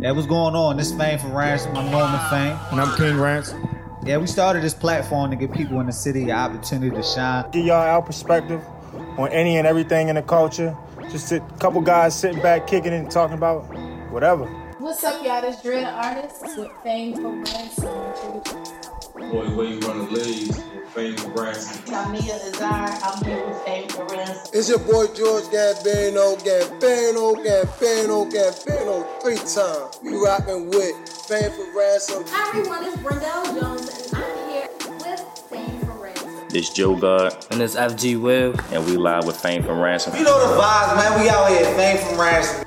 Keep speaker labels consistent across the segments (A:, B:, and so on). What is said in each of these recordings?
A: That was going on. This fame for Rance, my moment fame.
B: And I'm King Rance.
A: Yeah, we started this platform to give people in the city the opportunity to shine.
B: Give y'all our perspective on any and everything in the culture. Just a couple guys sitting back, kicking it, and talking about whatever.
C: What's up, y'all? This Dread Artist with Fame for Rance.
D: Boy, where you run the leagues, fame for Rance.
E: Tamia Azar. I'm here with Fame for Rance.
F: It's your boy George Gambino, Gambino, Gambino, Gambino, three times. You rockin' with Fame for Ransom.
G: Hi everyone, it's Brendel Jones and I'm here with Fame for Ransom.
H: This Joe God,
I: And it's FG Will.
H: and we live with Fame from Ransom.
A: You know the vibes, man. We out here, fame from Rance.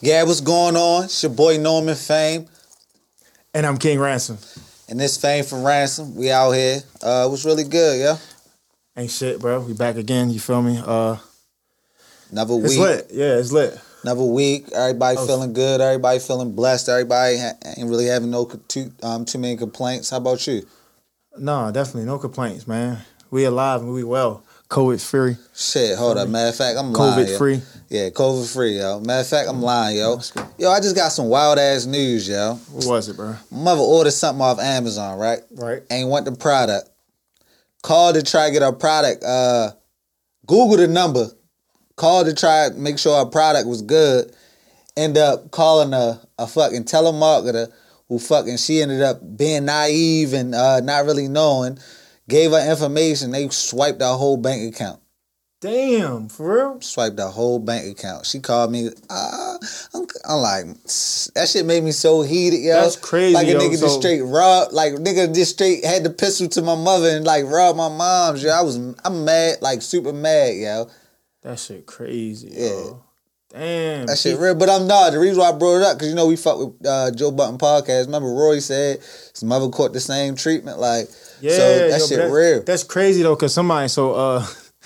A: Yeah, what's going on? It's your boy Norman Fame.
B: And I'm King Ransom.
A: And this fame for ransom, we out here. Uh, it was really good, yeah.
B: Ain't shit, bro. We back again. You feel me? Uh,
A: Another
B: it's
A: week,
B: lit. Yeah, it's lit.
A: another week. Everybody
B: Oh.
A: feeling good. Everybody feeling blessed. Everybody ha- ain't really having no co- too um too many complaints. How about you?
B: No, definitely no complaints, man. We alive and we well. COVID free.
A: Shit, hold up. Matter of fact, I'm lying.
B: COVID
A: yo.
B: free.
A: Yeah, COVID free, yo. Matter of
B: Mm-hmm.
A: fact, I'm lying, yo. Yo, I just got some wild ass news, yo.
B: What was it, bro?
A: Mother ordered something off Amazon, right?
B: Right.
A: Ain't want the product. Called to try to get our product. Uh, Google the number. Called to try to make sure our product was good. End up calling a, a fucking telemarketer who fucking she ended up being naive and uh, not really knowing. Gave her information. They swiped our whole bank account
B: Damn, for real?
A: swiped her whole bank account. She called me. Uh, I'm, I'm like, that shit made me so heated, yo.
B: That's crazy,
A: Like a
B: yo,
A: nigga
B: so-
A: just straight robbed, like nigga just straight had the pistol to my mother and like robbed my mom's. Yo, I was, I'm mad, like super mad, yo.
B: That shit crazy,
A: Yeah.
B: yo. Damn.
A: That shit real. But I'm not. The reason why I brought it up, because you know, we fuck with uh, Joe Button podcast. Remember, Roy said his mother caught the same treatment. Like,
B: Yeah,
A: so that
B: yo,
A: shit
B: but
A: real.
B: That's crazy though, cause somebody so uh,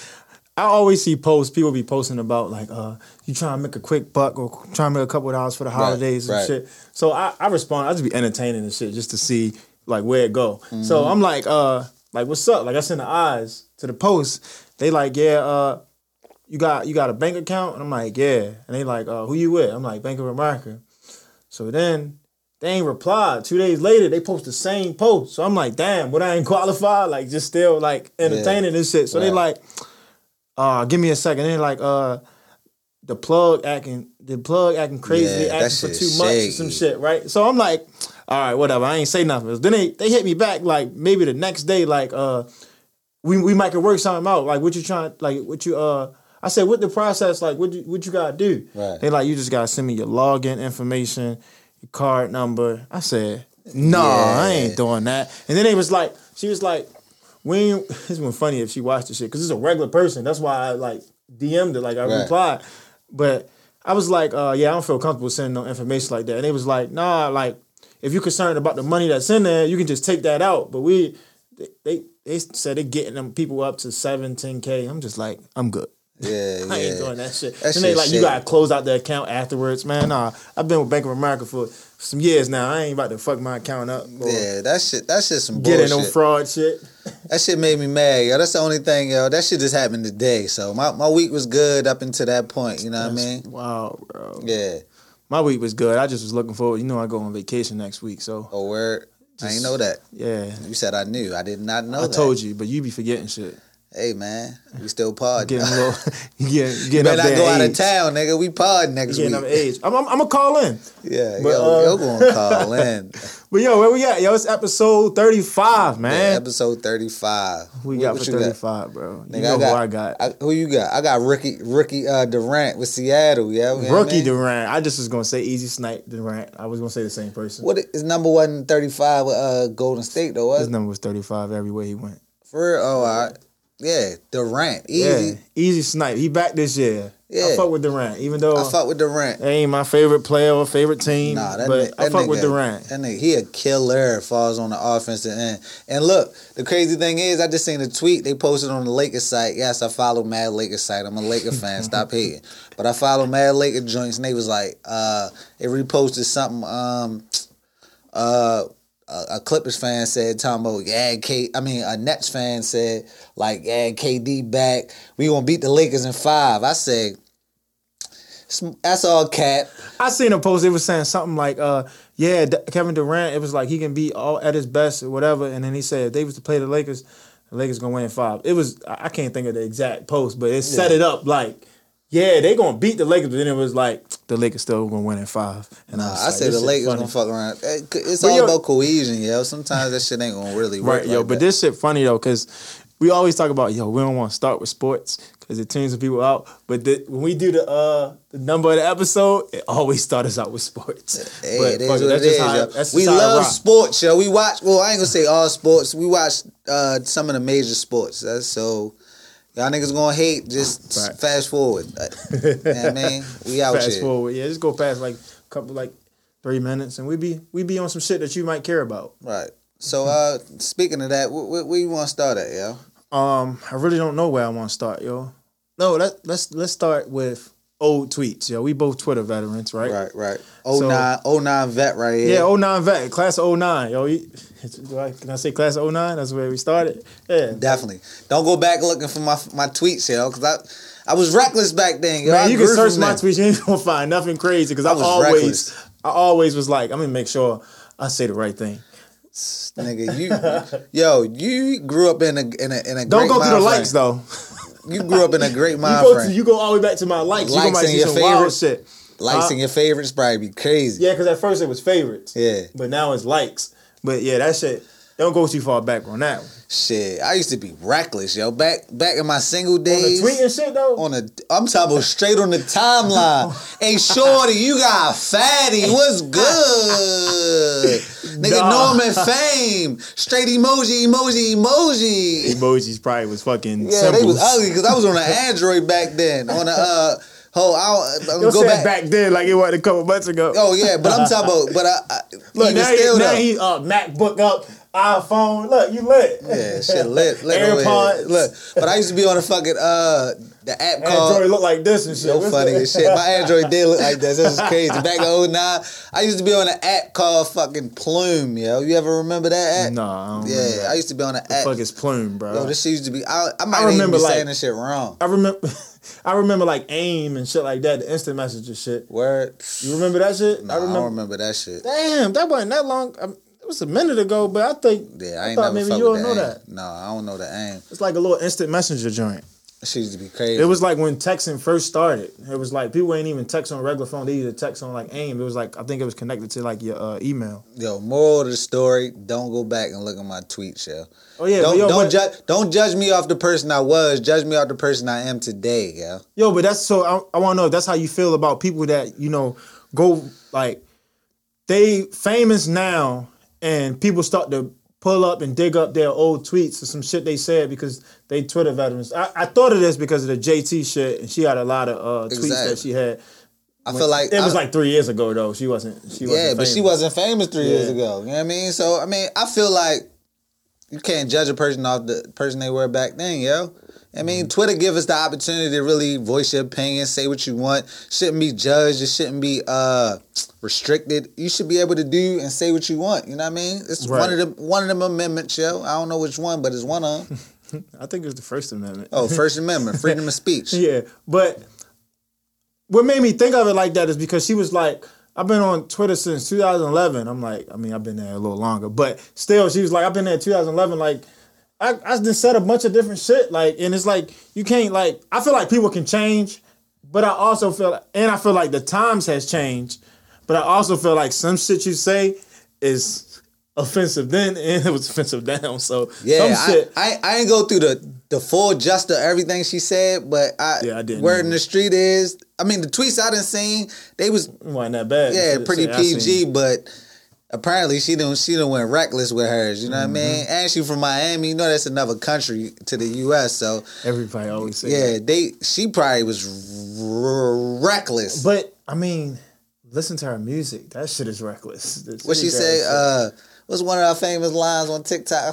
B: I always see posts people be posting about like uh, you trying to make a quick buck or trying to make a couple of dollars for the holidays
A: right.
B: and shit. So I, I respond, I just be entertaining and shit just to see like where it go.
A: Mm-hmm.
B: So I'm like uh, like what's up? Like I send the eyes to the post. They like yeah uh, you got you got a bank account and I'm like yeah, and they like uh, who you with? I'm like Bank of America. So then they ain't replied. Two days later, they post the same post. So I'm like, damn, what I ain't qualified? Like, just still like entertaining this shit. So they like, uh, give me a second. They like, uh, the plug acting, the plug acting crazy,
A: Yeah,
B: they
A: that
B: acting for
A: shit
B: too much or
A: shaky.
B: some shit, right? So I'm like, all right, whatever. I ain't say nothing. Then they they hit me back like maybe the next day, like, uh, we we might could work something out. Like, what you trying? Like, what you uh. I said, what the process like? What you, what you gotta do?
A: Right.
B: They like, you just gotta send me your login information, your card number. I said, no, "Oh, I ain't doing that. And then they was like, she was like, we ain't, this been funny if she watched the shit because it's a regular person. That's why I like DM'd it, like I
A: Right.
B: replied. But I was like, uh, yeah, I don't feel comfortable sending no information like that. And they was like, nah, like if you're concerned about the money that's in there, you can just take that out. But we, they, they, they said they getting them people up to seven, 10k. I'm just like, I'm good.
A: yeah,
B: I ain't
A: yeah.
B: doing that shit.
A: That
B: and they
A: shit
B: like, you
A: shit.
B: gotta close out the account afterwards, man. Nah, I've been with Bank of America for some years now. I ain't about to fuck my account up or
A: Yeah, that shit. That shit some
B: get
A: bullshit.
B: in no fraud shit.
A: That shit made me mad, yo. That's the only thing, yo. That shit just happened today. So my, my week was good up until that point, you know what I mean?
B: Wow, bro.
A: Yeah.
B: My week was good. I just was looking forward. You know, I go on vacation next week, so
A: Oh word. I ain't know that.
B: yeah.
A: You said I knew. I did not know
B: I told you, but you be forgetting shit.
A: Hey man, we still pod.
B: Getting a
A: yo.
B: little, you getting, you getting
A: Better
B: up
A: not
B: there.
A: go
B: in
A: out of
B: age.
A: town, nigga. We pod next
B: You Getting up in
A: week.
B: age. I'm, I'm, I'm gonna call in.
A: Yeah,
B: But,
A: yo,
B: uh,
A: yo gonna call in.
B: But yo, where we at? Yo, it's episode 35,
A: Yeah,
B: man.
A: episode thirty five.
B: we got for 35, bro. You
A: Nigga,
B: know
A: I got,
B: who I got.
A: who you got? I got rookie rookie uh, Durant with Seattle. Yeah, you know what I
B: Rookie
A: mean?
B: Durant. I just was gonna say easy snipe Durant. I was gonna say the same person.
A: What is number one thirty five with uh, Golden State though?
B: His
A: Wasn't it?
B: number was 35 everywhere he went.
A: For real? Oh, all right. Yeah, Durant.
B: Yeah,
A: Easy.
B: easy snipe. He back this year. I
A: Yeah.
B: fuck with Durant, even though
A: I fuck with Durant.
B: That ain't my favorite player or favorite team.
A: Nah, that,
B: but
A: ni-
B: I
A: that
B: fuck
A: nigga,
B: with Durant.
A: That nigga, he a killer as far as on the offensive end. And look, the crazy thing is, I just seen a tweet they posted on the Lakers site. Yes, I follow Mad Lakers site. I'm a Laker fan. Stop hating. But I follow Mad Laker joints, and they was like, uh, they reposted something. Um, uh, a, a Clippers fan said, "Tombo, yeah, K. I mean, a Nets fan said, like, yeah, KD back. We gonna beat the Lakers in five. I said, "Sm- that's all cap.
B: I seen a post. It was saying something like, uh, "Yeah, D- Kevin Durant. It was like he can be all at his best or whatever." And then he said, if "They was to play the Lakers. The Lakers gonna win in five. It was. I I can't think of the exact post, but it set it up like, "Yeah, they gonna beat the Lakers." But then it was like the Lakers still gonna win in five. And
A: Nah,
B: was
A: I
B: like,
A: say
B: this
A: the
B: shit
A: Lakers
B: funny.
A: gonna fuck around. Eh, c- It's
B: But
A: all
B: yo-
A: about cohesion, yo. Sometimes that shit ain't gonna really work.
B: Right, yo,
A: like
B: but
A: that.
B: this shit funny though, cause we always talk about yo, we don't want to start with sports because it tunes the people out. But the, when we do the uh the number of the episode, it always starts us out with sports.
A: Hey,
B: But
A: it is
B: fuck
A: what
B: it, that's
A: it is,
B: just how-
A: yo.
B: that's just
A: We
B: how it
A: love
B: rock.
A: sports, yo. We watch. Well, I ain't gonna say all sports. We watch uh, some of the major sports. That's so. Y'all niggas gonna hate. Just
B: Right.
A: fast forward. Uh, you know what I mean, we out
B: Fast
A: here.
B: forward, yeah, just go past like a couple like three minutes, and we be we be on some shit that you might care about.
A: Right. So, uh, speaking of that, wh- wh- where you want to start at, yo?
B: Um, I really don't know where I want to start, yo. No, let let's let's start with old tweets, yo. We both Twitter veterans, right?
A: Right, right. 09, 09 vet right here.
B: Yeah, 09 vet, class of 09. Yo, you- do I- can I say class of 09? That's where we started. Yeah.
A: Definitely. Don't go back looking for my my tweets, yo, because I I was reckless back then. Yo. I
B: Man, you can
A: grew
B: search
A: from
B: my
A: that.
B: tweets, you ain't gonna find nothing crazy because I,
A: I was
B: always,
A: reckless.
B: I always was like, I'm gonna make sure I say the right thing.
A: nigga. You, yo, you grew up in a in a in a.
B: Don't go
A: great
B: through
A: mind
B: the
A: frame.
B: likes though.
A: You grew up in a great mind
B: you go
A: frame.
B: to, you go all the way back to my likes. you
A: Likes
B: might
A: and
B: see
A: your
B: some wild
A: favorites.
B: shit.
A: likes
B: Huh?
A: and your favorites probably be crazy.
B: Yeah, because at first it was favorites.
A: Yeah.
B: But now it's likes. But yeah, that shit. Don't go too far back on that one.
A: Shit, I used to be reckless, yo. Back back in my single
B: On the
A: days.
B: tweet and shit though.
A: on a, I'm talking about straight on the timeline. hey, shorty, you got fatty. What's good, nigga?
B: Nah.
A: Norman Fame, straight emoji, emoji, emoji.
B: Emojis probably was fucking
A: Yeah, they was ugly because I was on an Android back then. On a uh, oh, I don't, I'm
B: You
A: gonna go
B: said
A: back.
B: back. then like it was a couple months ago.
A: Oh yeah, but I'm talking about. But I, I
B: Look,
A: even
B: now,
A: still
B: he, now
A: though.
B: he uh, MacBook up, iPhone. Look, you lit.
A: Yeah, shit lit. lit over here.
B: AirPods.
A: Look, but I used to be on a fucking uh the app called
B: Android look like this and shit.
A: So
B: What's
A: funny
B: that?
A: as shit. My Android did look like this. This is crazy. Back in 09, I used to be on an app called fucking Plume, yo. You ever remember that app?
B: Nah, I don't remember
A: Yeah,
B: that.
A: I used to be on an app.
B: Fuck is plume, bro.
A: Yo, this shit used to be. I, I might
B: I
A: even
B: remember,
A: be
B: like-
A: saying this shit wrong.
B: I remember, I remember like AIM and shit like that, the instant messenger shit.
A: Word.
B: You remember that shit?
A: Nah, I, don't remember that shit.
B: Damn, that wasn't that long. I, it was a minute ago, but I think
A: Yeah, I,
B: I
A: ain't
B: thought
A: never
B: maybe
A: fuck
B: you
A: with
B: don't know
A: the
B: that.
A: aim. No, I don't know the aim.
B: It's like a little instant messenger joint.
A: She used to be crazy.
B: It was like when texting first started. It was like people ain't even text on regular phone. They either text on like AIM. It was like I think it was connected to like your uh, email.
A: yo. Moral of the story: Don't go back and look at my tweets, yo.
B: Oh yeah,
A: don't
B: but yo,
A: don't
B: but-
A: judge don't judge me off the person I was. Judge me off the person I am today, yo.
B: Yo, but that's so. I, I want to know if that's how you feel about people that you know go like they famous now, and people start to pull up and dig up their old tweets or some shit they said because they Twitter veterans. I, I thought of this because of the JT shit, and she had a lot of uh, tweets
A: Exactly.
B: that she had.
A: I feel like
B: It was
A: I-
B: like three years ago though. She wasn't. She wasn't
A: yeah, but she
B: famous.
A: wasn't famous three years
B: Yeah.
A: ago. You know what I mean? So I mean, I feel like you can't judge a person off the person they were back then, yo. I mean,
B: Mm-hmm.
A: Twitter give us the opportunity to really voice your opinion, say what you want. Shouldn't be judged. It shouldn't be uh restricted. You should be able to do and say what you want. You know what I mean? It's one
B: Right.
A: of them one of them amendments, yo. I don't know which one, but it's one of them.
B: I think it was the First Amendment.
A: Oh, First Amendment, freedom of speech.
B: Yeah, but what made me think of it like that is because she was like, I've been on Twitter since 2011. I'm like, I mean, I've been there a little longer, but still, she was like, I've been there 2011. Like, I I just said a bunch of different shit. Like, and it's like you can't like. I feel like people can change, but I also feel and I feel like the times has changed, but I also feel like some shit you say is offensive then and it was offensive now. So
A: Yeah,
B: some
A: I,
B: shit.
A: I I ain't go through the the full just of everything she said, but I,
B: Yeah, I didn't
A: word
B: either.
A: in the street is I mean the tweets I done seen, they was
B: wasn't that bad.
A: yeah,
B: Shit,
A: pretty
B: shit I seen.
A: PG, but apparently she done she done went reckless with hers, you know
B: Mm-hmm.
A: what I mean? And she from Miami, you know that's another country to the US. So
B: Everybody always say that.
A: yeah, they she probably was r- reckless.
B: But I mean, listen to her music. That shit is reckless. That's
A: what she
B: really
A: say,
B: bad
A: uh what's one of our famous lines on TikTok? I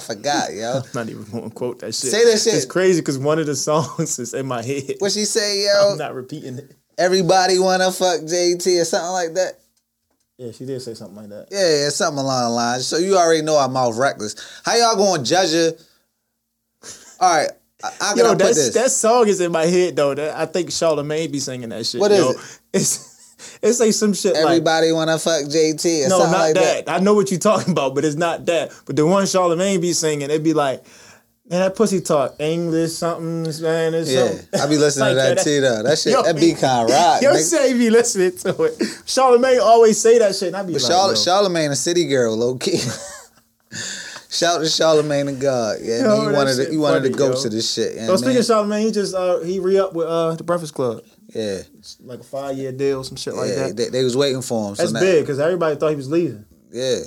A: forgot, yo.
B: shit. I'm not even going to quote that shit.
A: Say that shit.
B: It's crazy because one of the songs is in my head.
A: What she say,
B: I'm
A: yo?
B: not repeating it.
A: Everybody wanna fuck JT or something like that.
B: Yeah, she did say something like that.
A: Yeah, yeah, something along the lines. So you already know I'm off reckless. How y'all going to judge her? All right, I, I
B: Yo,
A: gotta put
B: that's,
A: this.
B: that song is in my head though. That, I think Charlamagne be singing that shit.
A: What
B: yo.
A: is
B: It's It say some shit like
A: Everybody wanna fuck JT or
B: no,
A: something
B: not
A: like that.
B: that. I know what you're talking about, but it's not that. But the one Charlemagne be singing, it'd be like, man, that pussy talk English something, Spanish
A: Yeah,
B: something.
A: I be listening
B: Like,
A: to that,
B: yeah,
A: too though. That shit,
B: Yo,
A: that beat kind of rock.
B: Yo,
A: nigga.
B: say be listening to it. Charlemagne always say that shit, and I be
A: But
B: like,
A: Charl-
B: bro.
A: Charlemagne, a city girl, low key. Shout to Charlemagne to God. Yeah,
B: Yo, that
A: man, he wanted
B: shit
A: to, he wanted to
B: funny,
A: go
B: yo.
A: to this shit. Yeah,
B: So speaking
A: man.
B: of Charlemagne, he just uh, he re up with uh, the Breakfast Club,
A: yeah,
B: It's like a five year deal, some shit like
A: yeah,
B: that.
A: They, they was waiting for him. So
B: That's
A: now,
B: big because everybody thought he was leaving.
A: Yeah,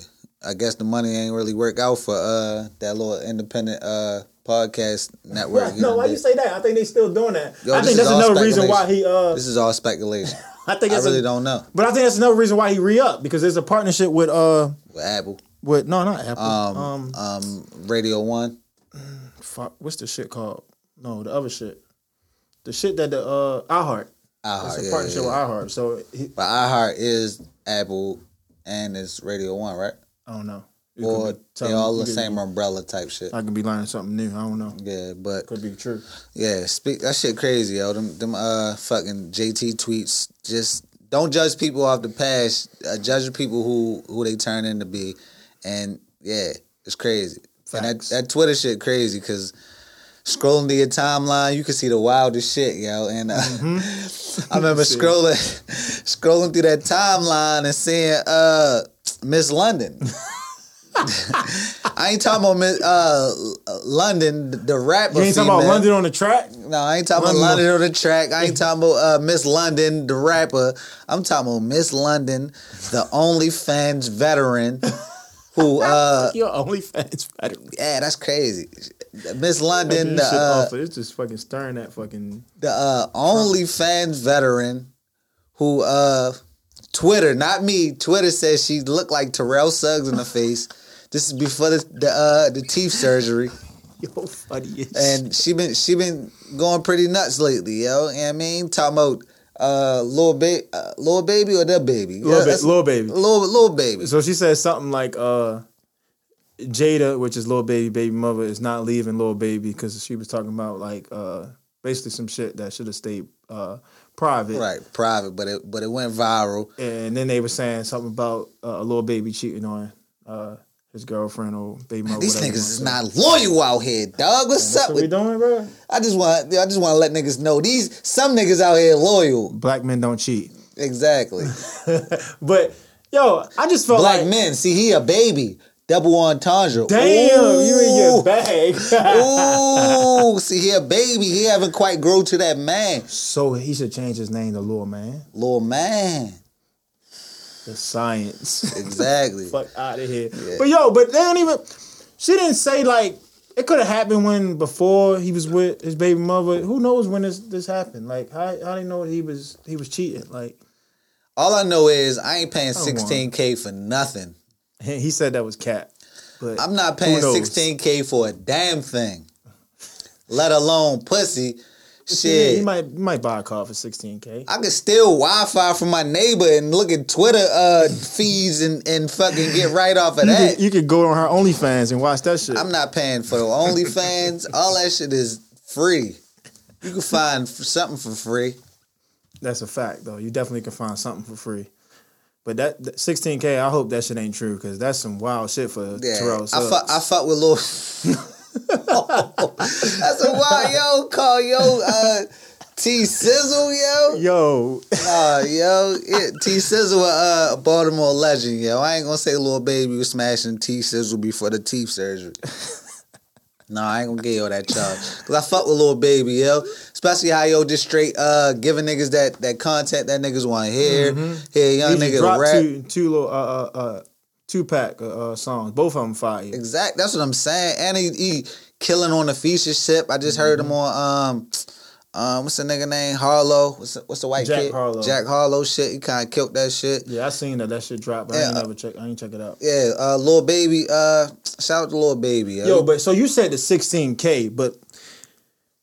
A: I guess the money ain't really work out for uh that little independent uh podcast network.
B: no,
A: know,
B: why
A: that-
B: you say that? I think they still doing that.
A: Yo,
B: I think
A: this is
B: that's
A: all
B: another reason why he.
A: speculation.
B: Uh,
A: This is all speculation.
B: I think
A: I
B: that's
A: really
B: a,
A: don't know.
B: But I think that's another reason why he re up because there's a partnership with uh
A: With Apple,
B: with no not Apple
A: um,
B: um,
A: um, Radio One.
B: fuck, what's the shit called no the other shit the shit that the uh iHeart
A: iHeart,
B: it's a
A: yeah,
B: partnership
A: yeah.
B: with iHeart so he,
A: But iHeart is Apple and it's Radio One, right?
B: I don't know It could
A: Or
B: be
A: they
B: something-
A: all the
B: it could
A: same
B: be-
A: umbrella type shit.
B: I could be learning something new I don't know
A: Yeah, but
B: could be true
A: yeah, speak that shit crazy, yo. Them them uh fucking JT tweets just don't judge people off the past. Uh, judge people who who they turn into be, and yeah, it's crazy. And that,
B: Facts.
A: that Twitter shit crazy because scrolling to your timeline, you can see the wildest shit, yo. And uh,
B: Mm-hmm.
A: I remember scrolling scrolling through that timeline and seeing uh Miss London. I ain't talking about Miss uh, London, the rapper.
B: you ain't talking about
A: female.
B: London on the track
A: No, I ain't talking about
B: London.
A: London on the track. I ain't talking about uh, Miss London, the rapper. I'm talking about Miss London, the OnlyFans veteran. Who? uh
B: your OnlyFans better
A: Yeah, that's crazy. Miss London, the
B: shit
A: uh,
B: off. it's just fucking stirring that fucking
A: the uh, OnlyFans veteran who uh, Twitter, not me, Twitter says she looked like Terrell Suggs in the face. This is before the the, uh, the teeth surgery,
B: yo funny as shit.
A: and she been she been going pretty nuts lately, yo. You know what I mean, talking about uh, little ba- uh, little baby or that baby,
B: Lil Ba-
A: that's-
B: Lil Baby.
A: little little baby.
B: So she said something like, uh, Jada, which is little baby baby mother, is not leaving little baby because she was talking about like uh, basically some shit that should have stayed uh, private.
A: Right, private, but it but it went viral.
B: And then they were saying something about uh, a little baby cheating on uh, his girlfriend or baby mother.
A: These
B: whatever
A: niggas
B: you wanna
A: is
B: say.
A: not loyal out here, dog. What's
B: That's
A: up
B: what we
A: with?
B: doing, bro.
A: I just want I just want to let niggas know these some niggas out here loyal.
B: Black men don't cheat.
A: Exactly.
B: But yo, I just felt
A: Black
B: like
A: men. See, he a baby. Double entendre.
B: damn, you in your
A: Ooh.
B: bag.
A: Ooh, see, he a baby. He haven't quite grown to that man.
B: so he should change his name to Lil Man.
A: Little man.
B: The science.
A: Exactly.
B: fuck out of here. But yo, but they don't even. She didn't say like it could have happened when before he was with his baby mother. Who knows when this this happened? Like how how they know he was he was cheating? Like
A: All I know is I ain't paying
B: Come on.
A: 16K for nothing.
B: he he said that was cat. But
A: I'm not paying
B: knows?
A: 16K for a damn thing. Let alone pussy.
B: yeah,
A: Shit.
B: you might you might buy a car for sixteen k.
A: I could steal Wi-Fi from my neighbor and look at Twitter uh, feeds and, and fucking get right off of that.
B: You could go on her OnlyFans and watch that shit.
A: I'm not paying for the OnlyFans. All that shit is free. You can find f- something for free.
B: That's a fact though. You definitely can find something for free. But that that 16k, I hope that shit ain't true because that's some wild shit for
A: Yeah,
B: Terrell.
A: I
B: Suggs.
A: fuck. I fuck with Lil. That's a wild yo call yo uh, T Sizzle yo.
B: Yo,
A: Uh, yo yeah, T Sizzle uh, a Baltimore legend yo. I ain't gonna say Lil Baby was smashing T Sizzle before the teeth surgery. No, I ain't gonna get yo that charge. Cause I fuck with little baby, yo. Especially how yo just straight uh giving niggas that that content that niggas wanna hear. Hear a young
B: He just
A: nigga
B: dropped
A: rap.
B: two two little uh uh, uh two pack uh, uh songs. Both of them fire.
A: Exact that's what I'm saying. And he, he killing on the feature ship. I just heard him
B: Mm-hmm.
A: on um um what's the nigga name? Harlow. What's the, what's the white
B: Jack
A: kid?
B: Harlow.
A: Jack Harlow shit. He kinda killed that shit.
B: Yeah, I seen that that shit drop, but I ain't
A: Yeah.
B: never check. I ain't check it out.
A: Yeah, uh little baby, uh shout out to little baby, yo.
B: Yo, but so you said the 16k, but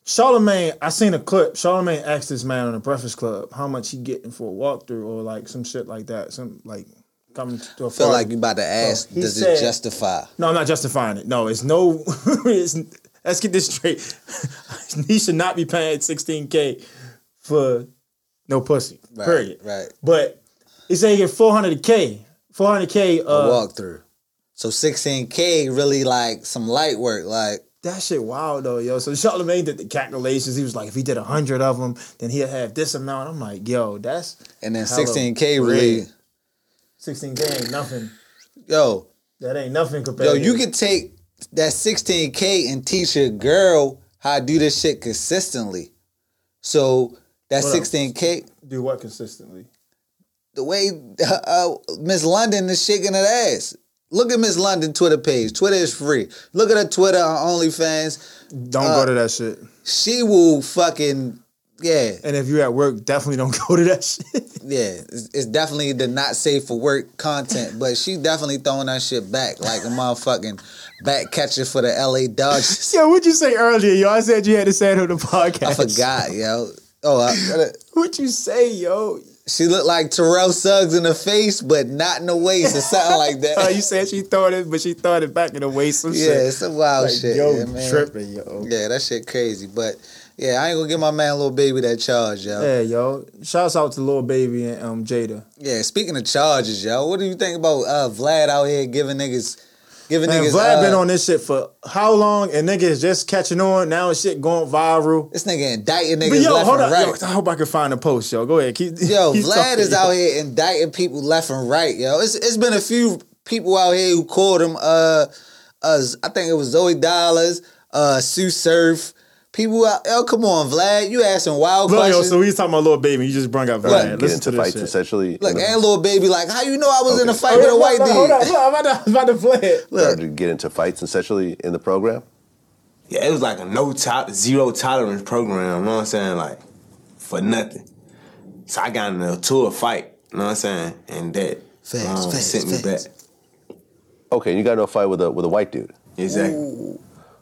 B: Charlemagne, I seen a clip. Charlemagne asked this man on the Breakfast Club how much he getting for a walkthrough or like some shit like that. Some like coming to a
A: I feel
B: party.
A: like you about to ask,
B: he
A: does
B: said-
A: it justify?
B: No, I'm not justifying it. No, it's no. it's, let's get this straight. he should not be paying 16k for no pussy.
A: Right,
B: period.
A: right.
B: But He said he get 400K. 400K.
A: a
B: Uh,
A: walkthrough. So 16K really like some light work. Like,
B: That shit wild though, yo. So Charlemagne did the calculations. He was like, if he did hundred of them, then he'll have this amount. I'm like, yo, that's
A: and then
B: Hella
A: 16K
B: bread.
A: really.
B: sixteen K ain't nothing.
A: Yo,
B: That ain't nothing compared.
A: yo,
B: to
A: you could take that 16K and teach your girl how to do this shit consistently. So that
B: What else?
A: 16K,
B: do what consistently.
A: the way uh, uh, Miss London is shaking her ass. Look at Miss London Twitter page. Twitter is free. Look at her Twitter on OnlyFans.
B: Don't
A: Uh,
B: go to that shit.
A: She will fucking yeah
B: And if you're at work, definitely don't go to that shit.
A: yeah. It's, it's definitely the not safe for work content, but she definitely throwing that shit back like a motherfucking back catcher for the LA Dodgers.
B: yo, what'd you say earlier, yo? I said you had to send him the podcast.
A: I forgot, yo. Oh, I,
B: What'd you say, yo?
A: she looked like Terrell Suggs in the face, but not in the waist or something like that.
B: Uh, you said she thought it, but she thought it back in the waist. Some
A: yeah,
B: shit.
A: it's some wild
B: Like,
A: shit.
B: yo,
A: yeah, man.
B: tripping, yo.
A: Yeah, that shit crazy. But yeah, I ain't gonna give my man little baby that charge, yo. Yeah.
B: Yeah, yo. Shouts out to Lil Baby and um, Jada.
A: speaking of charges, yo, what do you think about uh, Vlad out here giving niggas, giving
B: Man,
A: niggas?
B: Vlad
A: uh,
B: been on this shit for how long? And niggas just catching on. Now shit going viral.
A: This nigga indicting
B: But
A: niggas
B: yo,
A: left
B: hold up.
A: and right.
B: Yo, I hope I can find a post, yo. Go ahead. Keep,
A: Yo,
B: keep
A: Vlad
B: talking,
A: is
B: yo.
A: out here indicting people left and right, yo. It's it's been a few people out here who called him uh uh I think it was Zoe Dollars, uh Sue Surf. People out oh come on, Vlad, you asking wild
B: Look, yo,
A: questions.
B: so we talking about little baby. You just brought up
A: Right,
B: Vlad.
A: get
I: Get
B: Listen
I: into
B: to this
I: fights
B: shit.
I: essentially.
A: Look,
I: and
A: and little baby, like, how you know I was in a
I: Okay.
A: fight with a white
B: Hold up, Hold up,
A: dude?
B: look, I'm about to, I'm about to play it. Look,
I: started to get into fights essentially in the program.
J: Yeah, it was like a no top zero tolerance program, you know what I'm saying? Like for nothing. So I got in a tour fight, you know what I'm saying? And that
A: Facts,
J: um,
A: facts,
J: sent me
A: facts.
J: back.
I: Okay, you got into a fight with a with a white dude.
J: Exactly.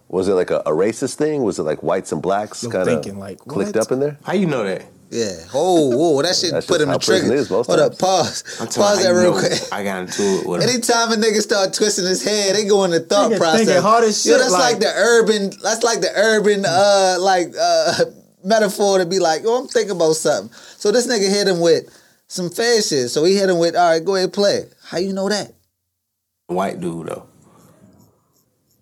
I: Was it like a, a racist thing? Was it like whites and blacks
B: Yo,
I: kind of
B: thinking, like,
I: clicked
B: what?
I: up in there?
J: How you know that?
A: Yeah. Oh, whoa, that shit
I: That's
A: put
I: just
A: him
I: how
A: in trigger.
I: prison is most
A: Hold up,
I: times.
A: pause.
J: I'm
A: Pause
J: telling you,
A: that
J: how you
A: real
J: know
A: quick.
J: I got into it with him.
A: Anytime a nigga start twisting his head, they go into thought
B: Nigga
A: process.
B: thinking hard as
A: Yo,
B: shit,
A: that's like,
B: like-
A: the urban. That's like the urban, uh, like uh, metaphor to be like, oh, I'm thinking about something. So this nigga hit him with some fair shit. So he hit him with, all right, go ahead, play. it." How you know that?
J: White dude though.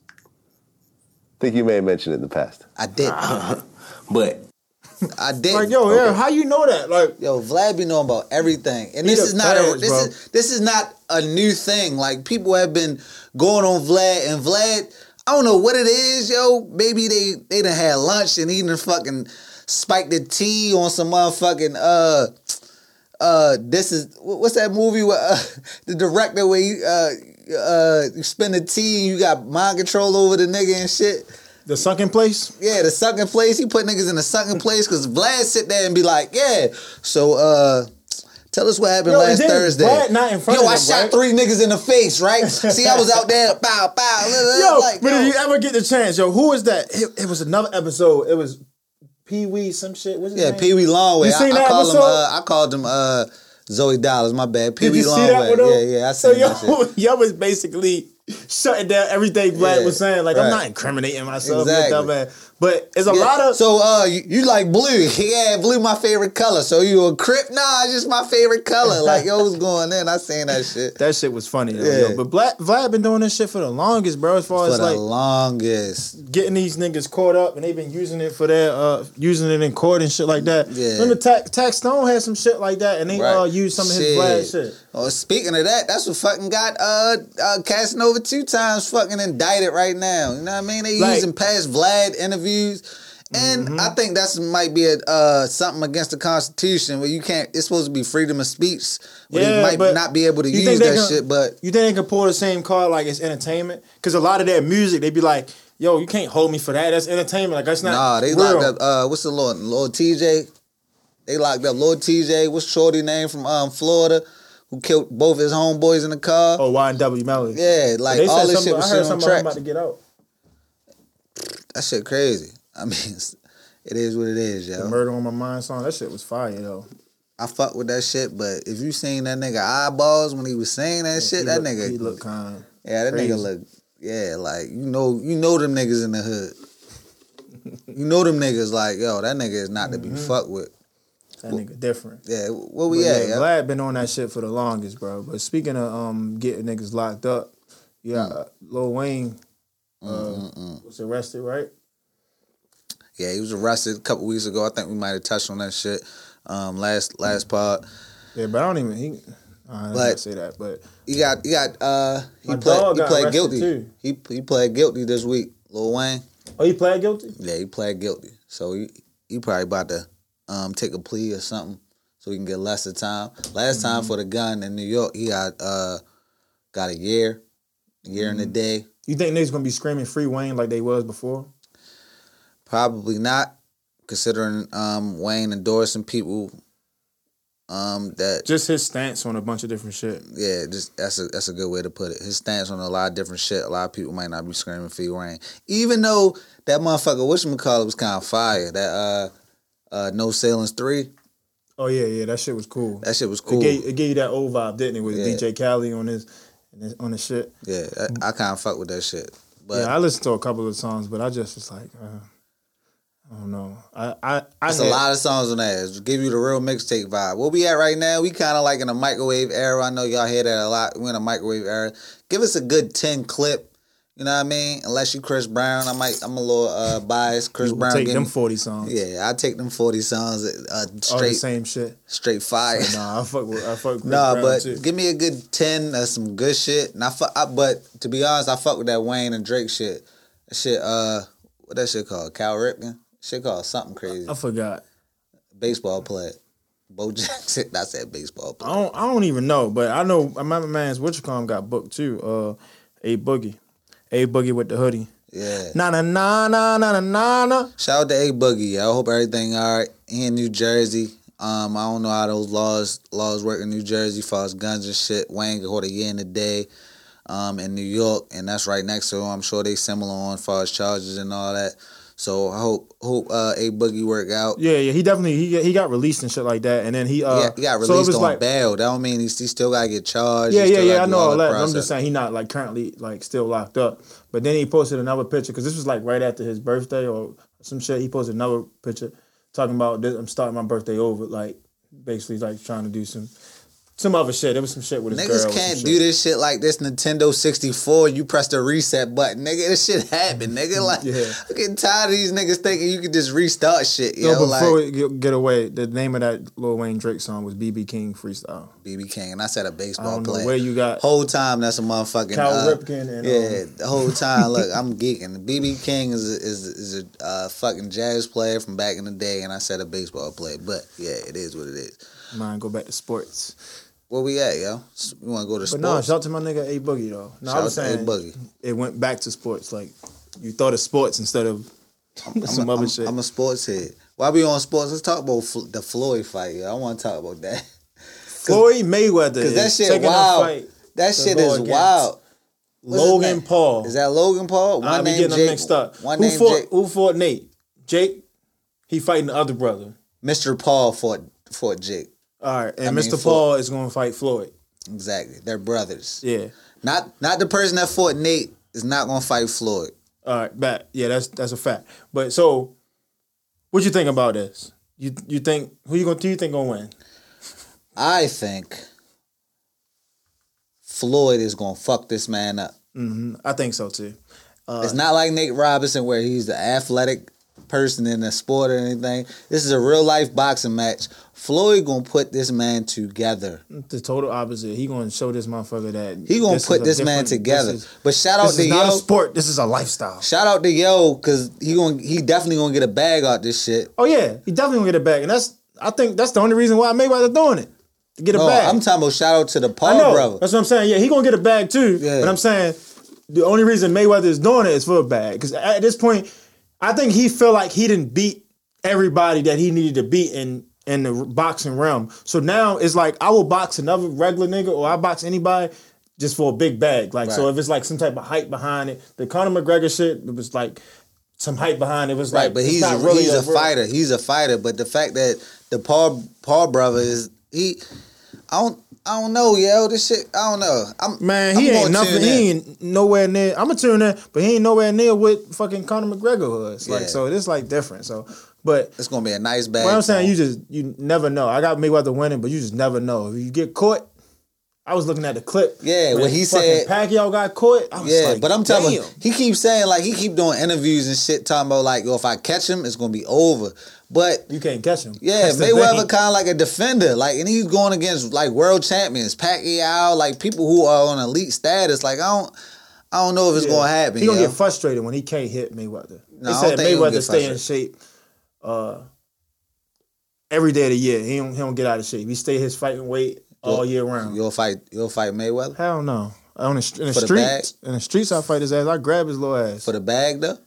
I: I think you may have mentioned it in the past.
A: I did.
J: But
A: I did.
B: Ah. like, yo, yeah, how you know that? Like,
A: Yo, Vlad be knowing about everything, and this
B: the
A: is not a,
B: feds,
A: this
B: bro.
A: is this is not a new thing. Like people have been going on Vlad, and Vlad, I don't know what it is, yo. Maybe they they done had lunch and he done fucking spiked the tea on some motherfucking uh uh. This is wh- what's that movie where uh, the director where you uh uh you spin the tea and you got mind control over the nigga and shit.
B: the sunken place?
A: Yeah, the sunken place. He put niggas in the sunken place because Vlad sit there and be like, yeah. So uh tell us what happened
B: Yo,
A: last
B: and then
A: Thursday.
B: Vlad not in front
A: yo,
B: of
A: I
B: him,
A: shot
B: right?
A: three niggas in the face, right? See, I was out there, pow, pow.
B: Yo,
A: like,
B: but
A: yo.
B: if you ever get the chance, yo, who is that? It, it was another episode. It was Pee Wee, some shit. What's his
A: yeah,
B: name?
A: Pee Wee Longway.
B: You seen
A: I, I
B: that
A: called him.
B: episode?
A: Uh, I called him uh, Zoe Dollars. My bad. Pee
B: Did
A: Wee
B: you see that
A: Longway.
B: with him?
A: Yeah, yeah. I
B: so
A: seen that shit.
B: yo, yo was basically shutting down everything Vlad
A: Yeah,
B: was saying. Like
A: right.
B: I'm not incriminating myself,
A: Exactly.
B: you dumbass. But it's a
A: Yeah,
B: lot of
A: so uh, you, you like blue? Yeah, blue my favorite color. So you a crip? Nah, it's just my favorite color. Like yo, what's going in? I seen that shit
B: that shit was funny. though,
A: Yeah.
B: yo. But Black, Vlad been doing this shit for the longest, bro. As far
A: for
B: as
A: the
B: like
A: longest.
B: getting these niggas caught up, and they've been using it for their uh, using it in court and shit like that.
A: Yeah.
B: Remember, Tax Tax Stone had some shit like that, and they
A: Right.
B: uh, used some of his Vlad shit.
A: Well, Oh, speaking of that, that's what fucking got uh, uh Casanova two times fucking indicted right now. You know what I mean? They
B: Like-
A: using past Vlad interviews. And
B: Mm-hmm.
A: I think that's might be a, uh, something against the Constitution where you can't. It's supposed to be freedom of speech. Where
B: Yeah,
A: they might
B: but
A: not be able to
B: you
A: use
B: think they
A: that
B: gonna-
A: shit. But
B: You think they can pull the same card like it's entertainment? Because a lot of their music, they be like, "Yo, you can't hold me for that. That's entertainment. Like that's not
A: nah, they
B: real.
A: locked up. Uh, what's the Lord? Lord TJ. They locked up Lord TJ. What's Shorty name from um Florida, who killed both his homeboys in the car?
B: Oh, Y and W Melody.
A: Yeah, like
B: they
A: all
B: said
A: this shit
B: something.
A: was
B: I heard
A: shit on
B: somebody
A: track.
B: about to get out.
A: That shit crazy. I mean, it's, it is what it is, yo.
B: Murder on My Mind song. That shit was fire though.
A: I fuck with that shit, but if you seen that nigga eyeballs when he was saying that shit,
B: He
A: that
B: look-
A: nigga,
B: He look kind.
A: yeah, that
B: crazy.
A: nigga look, yeah, like you know, you know them niggas in the hood. you know them niggas like, yo, that nigga is not to be fucked with.
B: That nigga different.
A: Yeah, where
B: Mm-hmm. But
A: we
B: yeah,
A: at? Yeah,
B: Vlad been on that shit for the longest, bro. But speaking of um getting niggas locked up, yeah,
A: Mm.
B: Lil Wayne uh, was arrested, right?
A: yeah, he was arrested a couple weeks ago. I think we might have touched on that shit um, last last pod.
B: Yeah, but I don't even he. I don't
A: But-
B: say that, but
A: He got he got uh he
B: My
A: pled
B: dog
A: he
B: got
A: pled
B: arrested,
A: guilty.
B: too.
A: He he pled guilty this week. Lil Wayne.
B: oh, he pled guilty.
A: Yeah, he pled guilty. So he he probably about to um take a plea or something so he can get lesser time. Last time
B: Mm-hmm.
A: for the gun in New York, he got uh got a year, year
B: Mm-hmm.
A: and a day.
B: You think niggas gonna be screaming free Wayne like they was before?
A: Probably not, considering um Wayne endorsing people um that
B: Just his stance on a bunch of different shit.
A: yeah, just that's a that's a good way to put it. His stance on a lot of different shit. A lot of people might not be screaming free reign, even though that motherfucker whatchamacallit was kind of fire. That uh, uh, no ceilings three,
B: Oh yeah, yeah, that shit was cool.
A: that shit was cool.
B: It, gave, it gave you that old vibe, didn't it? With
A: Yeah.
B: DJ Cali on his on his shit.
A: Yeah, I, I kind of fuck with that shit. But
B: yeah, I listened to a couple of songs, but I just was like, uh, I don't know. I I I
A: it's a
B: had-
A: lot of songs on that. It's give you the real mixtape vibe. Where we at right now, we kind of like in a microwave era. I know y'all hear that a lot. We're in a microwave era. Give us a good ten clip. You know what I mean? Unless you Chris Brown, I might. I'm a little uh, biased. Chris
B: We'll
A: Brown.
B: take
A: give
B: them
A: me-
B: forty songs.
A: Yeah, I take them forty songs uh,
B: all the
A: straight,
B: same shit.
A: straight fire.
B: Nah, I fuck with I fuck with
A: nah,
B: Chris Brown,
A: but
B: too.
A: give me a good ten of some good shit. And I fuck, I, but to be honest, I fuck with that Wayne and Drake shit. That shit, uh, what that shit called? Cal Ripken. Shit called something crazy.
B: I forgot.
A: baseball player. Bo Jackson. I said baseball
B: I
A: player.
B: don't I don't even know, but I know my man's Witchcom got booked too. Uh, a boogie, a boogie with the hoodie.
A: Yeah.
B: Na na na na na na na na.
A: Shout out to A Boogie. I hope everything all right He in New Jersey. Um, I don't know how those laws laws work in New Jersey, far as guns and shit. Wayne can hold a year and a day. um, in New York, and that's right next to him. I'm sure they similar on far as charges and all that. So I hope hope uh, a boogie work out.
B: Yeah, yeah, he definitely he he got released and shit like that, and then he uh
A: Yeah, he got
B: so it
A: released
B: was
A: on
B: like-
A: bail. That don't mean he's, he still gotta get charged.
B: Yeah,
A: He
B: yeah,
A: still
B: yeah.
A: gotta
B: I
A: do
B: know
A: all
B: all
A: the
B: that. but I'm
A: process.
B: just saying he not like currently like still locked up. But then he posted another picture because this was like right after his birthday or some shit. He posted another picture talking about this, I'm starting my birthday over, like basically like trying to do some some other shit. There was some shit with his girl.
A: Niggas
B: or some
A: can't
B: shit.
A: do this shit like this Nintendo 64. You press the reset button, nigga. This shit happened, nigga. Like,
B: Yeah.
A: I'm getting tired of these niggas thinking you can just restart shit. Yo,
B: No, but before
A: like
B: we get, get away, the name of that Lil Wayne Drake song was BB King Freestyle.
A: BB King, and I said a
B: I
A: baseball
B: don't know
A: player.
B: where you got.
A: whole time that's a motherfucking
B: Cal
A: uh,
B: Ripken and,
A: yeah
B: um,
A: the whole time look I'm geeking BB King is is is a uh, fucking jazz player from back in the day and I said a baseball player but yeah it is what it is
B: Mine go back to sports.
A: where we at yo we want to go to
B: But no,
A: sports
B: shout out to my nigga A Boogie though. No, I
A: Shout
B: was
A: out to A
B: saying
A: Boogie.
B: it went back to sports. Like you thought of sports instead of some
A: I'm,
B: other
A: I'm-
B: shit.
A: I'm a sports head while we on sports let's talk about Fl- the Floyd fight yo I want to talk about that
B: Floyd Mayweather is
A: because that shit
B: taking a
A: wild
B: fight.
A: that
B: to
A: shit
B: go
A: is
B: against
A: wild What's his
B: Logan
A: name?
B: Paul.
A: is that Logan Paul one
B: I be
A: name
B: getting them
A: Jake-
B: mixed up.
A: one
B: who
A: name
B: fought?
A: Jake-
B: Who fought Nate? Jake. He fighting the other brother.
A: Mr Paul fought fought Jake
B: All right, and
A: mean,
B: Mr.
A: Floyd.
B: Paul is going to fight Floyd.
A: exactly they're brothers
B: Yeah.
A: Not not the person that fought Nate is not gonna fight Floyd.
B: All right, back. Yeah, that's that's a fact. But so, what you think about this? You you think who you gonna do you think gonna win?
A: I think Floyd is gonna fuck this man up.
B: I think so too.
A: it's not like Nate Robinson where he's the athletic person in the sport or anything. This is a real life boxing match. Floyd gonna put this man together.
B: The total opposite. He gonna show this motherfucker that
A: He gonna
B: is
A: put
B: a
A: this man
B: different-
A: together.
B: This is,
A: but shout out
B: this
A: to
B: is not a
A: yo.
B: sport. This is a lifestyle.
A: Shout out to yo, cause he gonna he definitely gonna get a bag out this shit.
B: Oh yeah, he definitely gonna get it back, and that's I think that's the only reason why Mayweather doing it to get it
A: No,
B: back.
A: I'm talking about shout out to the
B: I
A: Paul
B: know.
A: brother.
B: That's what I'm saying. Yeah, he gonna get a bag too.
A: Yeah.
B: But I'm saying the only reason Mayweather is doing it is for a bag. Because at this point, I think he feel like he didn't beat everybody that he needed to beat in in the boxing realm. So now it's like I will box another regular nigga or I box anybody just for a big bag. Like so,
A: Right.
B: if it's like some type of hype behind it, the Conor McGregor shit it was like some hype behind it. It was
A: Right,
B: like
A: but
B: it's
A: he's
B: not really
A: he's a,
B: real-
A: fighter. He's a fighter. But the fact that the Paul Paul brother is he, I don't I don't know, yo. This shit, I don't know. I'm
B: Man,
A: I'm
B: he ain't
A: gonna
B: nothing.
A: tune
B: He
A: in.
B: ain't nowhere near. I'm gonna tune in, but he ain't nowhere near what fucking Conor McGregor was. Like,
A: Yeah.
B: so it's like different. So, But
A: It's gonna be a nice bag.
B: what I'm saying, you just you never know. I got Mayweather winning, but you just never know. If you get caught, I was looking at the clip.
A: Yeah,
B: when
A: what he
B: fucking
A: said-
B: Pacquiao got caught. I was
A: yeah,
B: like,
A: but I'm telling you,
B: damn.
A: he keeps saying like he keep doing interviews and shit, talking about like, yo, if I catch him, it's gonna be over. But
B: you can't catch him.
A: yeah,
B: That's the
A: Mayweather
B: thing.
A: kind of like a defender, like, and he's going against like world champions, Pacquiao, like people who are on elite status. Like, I don't, I don't know if it's
B: Yeah.
A: gonna happen.
B: He gonna
A: yo.
B: get frustrated when he can't hit Mayweather.
A: No, I
B: they
A: don't
B: said
A: think he gonna
B: Mayweather
A: get
B: stay in shape uh, every day of the year. He don't, he don't get out of shape. He stay his fighting weight all year round.
A: You'll fight, you'll fight Mayweather
B: Hell no. On the, str- in the
A: For the
B: streets, in the streets, I fight his ass. I grab his little ass.
A: for the bag though.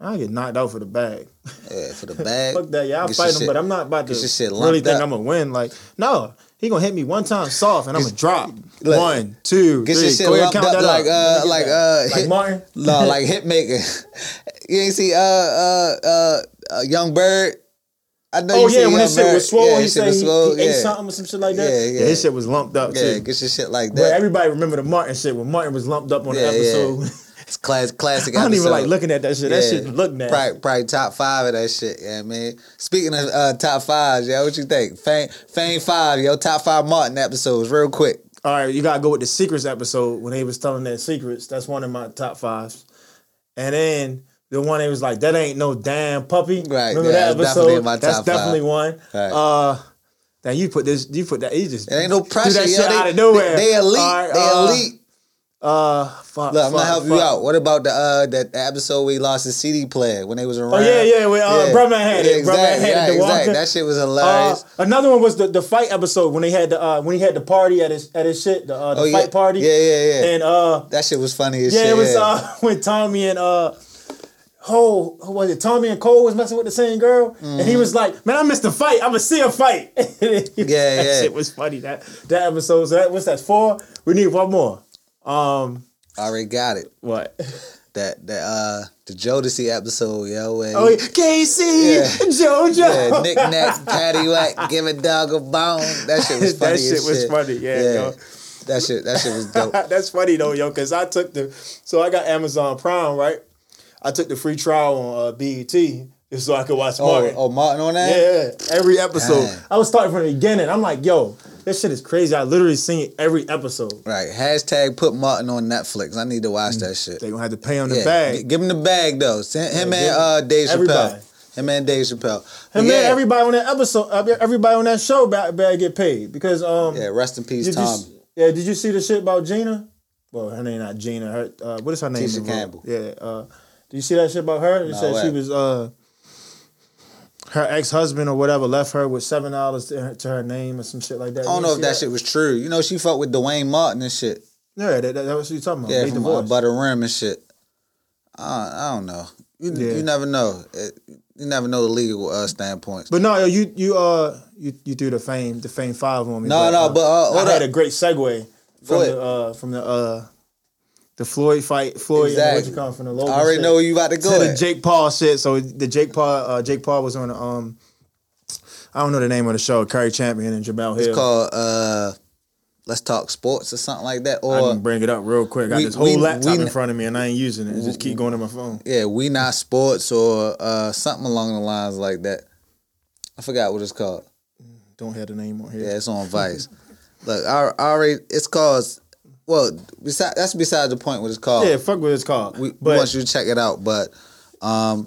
B: I get knocked out for the bag.
A: Yeah, for the bag.
B: Fuck that, yeah. I'll
A: Get
B: fight
A: your
B: him,
A: shit-
B: but I'm not about to
A: get your shit
B: really
A: lumped
B: think
A: up.
B: I'm gonna win. Like, no, he gonna hit me one time soft, and I'm gonna drop.
A: Look,
B: one, two,
A: Get
B: three.
A: your shit
B: Go ahead,
A: locked
B: count
A: up
B: that
A: like uh
B: Look at
A: like
B: that.
A: uh
B: like Martin.
A: no like hitmaker. you ain't see uh uh uh, uh Young Bird. I know
B: Oh yeah,
A: you seen
B: when
A: Young
B: his shit
A: Bird.
B: was swole,
A: yeah,
B: he
A: his shit
B: said
A: was
B: he,
A: swole,
B: he
A: yeah.
B: ate something, some shit like that.
A: Yeah, yeah.
B: his shit was lumped up
A: Yeah,
B: too.
A: get your shit like
B: But
A: that.
B: everybody remember the Martin shit when Martin was lumped up on
A: Yeah,
B: the
A: yeah.
B: episode.
A: it's class classic.
B: I don't even
A: episode.
B: like looking at that shit. That
A: Yeah.
B: shit looked nasty.
A: Probably, probably top five of that shit, yeah, man. Speaking of uh, top fives, yeah, what you think? Fame, Fame Five, yo, top five Martin episodes, real quick.
B: All right, you gotta go with the secrets episode when they was telling their secrets. That's one of my top fives. And then the one they was like, "That ain't no damn puppy."
A: Right,
B: Remember
A: yeah,
B: that
A: that's
B: episode?
A: definitely in my
B: that's
A: top five.
B: definitely one.
A: Right.
B: Uh, then you put this. You put that. You just
A: It ain't no pressure.
B: Do that
A: yo,
B: shit
A: they,
B: out of nowhere.
A: They, they elite.
B: All right,
A: they
B: uh,
A: elite.
B: Uh, fuck.
A: Look, I'm gonna
B: fuck,
A: help you
B: fuck.
A: out. What about the uh that episode we lost his CD player when they was around?
B: Oh, yeah, yeah, when, uh, Brother had it. Brother
A: exactly,
B: had it,
A: yeah,
B: the walker.
A: exactly. That shit was
B: Uh,
A: hilarious.
B: another one was the, the fight episode when they had the uh, when he had the party at his at his shit the, uh, the
A: Oh, yeah.
B: fight party
A: Yeah, yeah, yeah.
B: and uh
A: that shit was funny as
B: Yeah,
A: shit.
B: it was uh, when Tommy and uh, Ho, who was it? Tommy and Cole was messing with the same girl, and he was like, "Man, I missed the fight. I'ma see a fight." yeah,
A: Mm-hmm. Yeah,
B: that
A: yeah.
B: shit was funny. That that episode. So that what's that four? We need one more. Um,
A: I already got it.
B: what?
A: That that uh the Jodeci episode, yo. Where
B: Oh, wait, Casey,
A: Yeah.
B: JoJo.
A: yeah, knick knack, patty whack, give a dog a bone. That shit was
B: That
A: funny. as
B: shit was funny, yeah, yo.
A: That shit, that shit was dope.
B: That's funny though, yo, because I took the so I got Amazon Prime, right? I took the free trial on uh, BET just so I could watch
A: oh,
B: Martin.
A: oh, Martin on that.
B: Yeah, every episode.
A: Dang.
B: I was starting from the beginning. I'm like, yo, this shit is crazy. I literally seen every episode.
A: Right. Hashtag put Martin on Netflix. I need to watch that shit.
B: They gonna have to pay on the
A: Yeah, g-
B: bag.
A: Give him the bag though. Send him
B: Yeah,
A: and
B: give-
A: uh, Dave
B: everybody.
A: Chappelle. Him and Dave Chappelle.
B: And
A: yeah,
B: man, everybody on that episode, uh, everybody on that show, bag, bag get paid because um.
A: yeah, rest in peace,
B: did you,
A: Tom.
B: s- yeah, did you see the shit about Gina? Well, her name not Gina. Her uh, what is her name?
A: Tisha
B: in the room?
A: Campbell.
B: Yeah. Uh, did you see that shit about her? It said she
A: what?
B: was uh. Her ex husband or whatever left her with seven dollars to her- to her name or some shit like that.
A: I don't know if that, shit was true. You know, she fucked with Dwayne Martin and shit.
B: Yeah, that, that, that was what you talking about.
A: Yeah,
B: they
A: from uh,
B: divorced.
A: Butter Rim and shit. I, I don't know. You,
B: Yeah.
A: you never know. It, you never know the legal uh, standpoints.
B: But no, yo, you you uh you you threw the fame the fame five on me.
A: No, no, but, uh, hold
B: I had
A: up.
B: a great segue from
A: ahead.
B: the uh from the uh the Floyd fight Floyd and what
A: Exactly.
B: you call it, from the
A: I
B: Logan.
A: already
B: shit
A: know where you about to
B: to
A: go.
B: the
A: At.
B: Jake Paul shit. So the Jake Paul uh, Jake Paul was on um I don't know the name of the show Curry Champion and Jamel Hill.
A: It's called uh, Let's Talk Sports or something like that.
B: I
A: Or
B: can bring it up real quick. I got
A: uh, We-
B: this whole
A: we-
B: laptop
A: we-
B: in front of me and I ain't using it. It just keep going to my phone.
A: yeah, We Not Sports or uh, something along the lines like that. I forgot what it's called.
B: Don't have the name on here.
A: Yeah, it's on Vice. Look, I, I already it's called. Well, besides that's beside the point. What it's called.
B: Yeah, fuck what it's called.
A: we, we
B: but
A: want you to check it out. But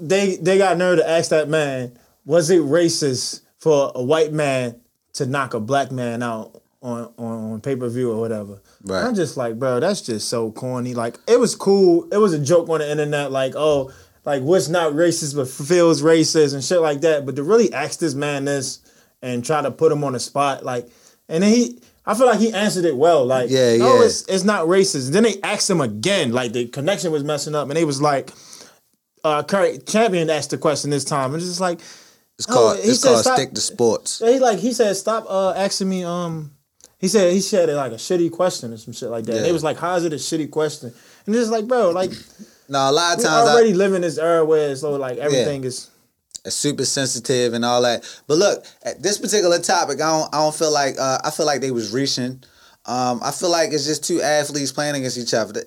B: they they got nerve to ask that man, was it racist for a white man to knock a black man out on on, on pay per view or whatever?
A: Right.
B: I'm just like, bro, that's just so corny. Like, it was cool. It was a joke on the internet, like, oh, like what's not racist but feels racist and shit like that. But to really ask this man this and try to put him on the spot, like, and then he. I feel like he answered it well. Like,
A: Yeah,
B: no,
A: yeah.
B: it's it's not racist. Then they asked him again, like the connection was messing up, and they was like, uh, current champion asked the question this time, and it's just like
A: it's
B: Oh,
A: called
B: he
A: it's
B: said
A: called
B: stop-
A: Stick to Sports.
B: he like he said, stop uh, asking me. Um, he said he said like a shitty question or some shit like that. And
A: Yeah.
B: it was like, how is it a shitty question? And it's like, bro, like
A: Now a lot of
B: we
A: times
B: already
A: I,
B: live in this era where it's so like everything is
A: it's super sensitive and all that. But look, at this particular topic, I don't I don't feel like uh, I feel like they was reaching. Um, I feel like it's just two athletes playing against each other.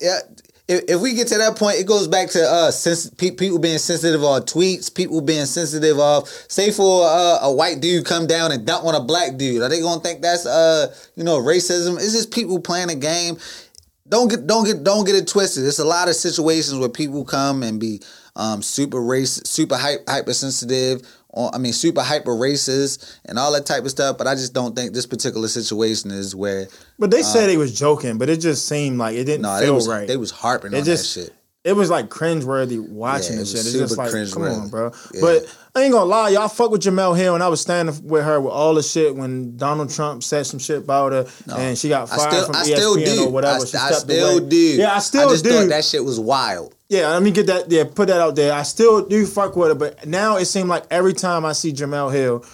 A: Yeah, if, if we get to that point, it goes back to uh, sens- pe- people being sensitive on tweets, people being sensitive of say for uh, a white dude come down and dump on a black dude, are they gonna think that's uh you know racism? It's just people playing a game. Don't get don't get don't get it twisted. It's a lot of situations where people come and be um super race super hype hypersensitive. Or, I mean, super hyper racist and all that type of stuff, but I just don't think this particular situation is where
B: But they said they was joking, but it just seemed like it didn't
A: no, Uh, they
B: feel
A: was
B: right.
A: they was harping
B: It
A: on
B: just
A: that shit.
B: it was like cringeworthy watching
A: Yeah, it
B: this
A: was
B: shit. It's just
A: super
B: like, come on,
A: cringeworthy.
B: bro.
A: Yeah.
B: But I ain't gonna lie, y'all fuck with Jamel Hill, and I was standing with her with all the shit when Donald Trump said some shit about her, and she got
A: I
B: fired
A: still,
B: from E
A: I still
B: ESPN
A: do.
B: or whatever.
A: I,
B: she
A: I
B: stepped
A: still
B: away.
A: do.
B: Yeah, I still
A: I just
B: do.
A: thought that shit was wild.
B: Yeah, let me get that. Yeah, put that out there. I still do fuck with her, but now it seemed like every time I see Jamel Hill,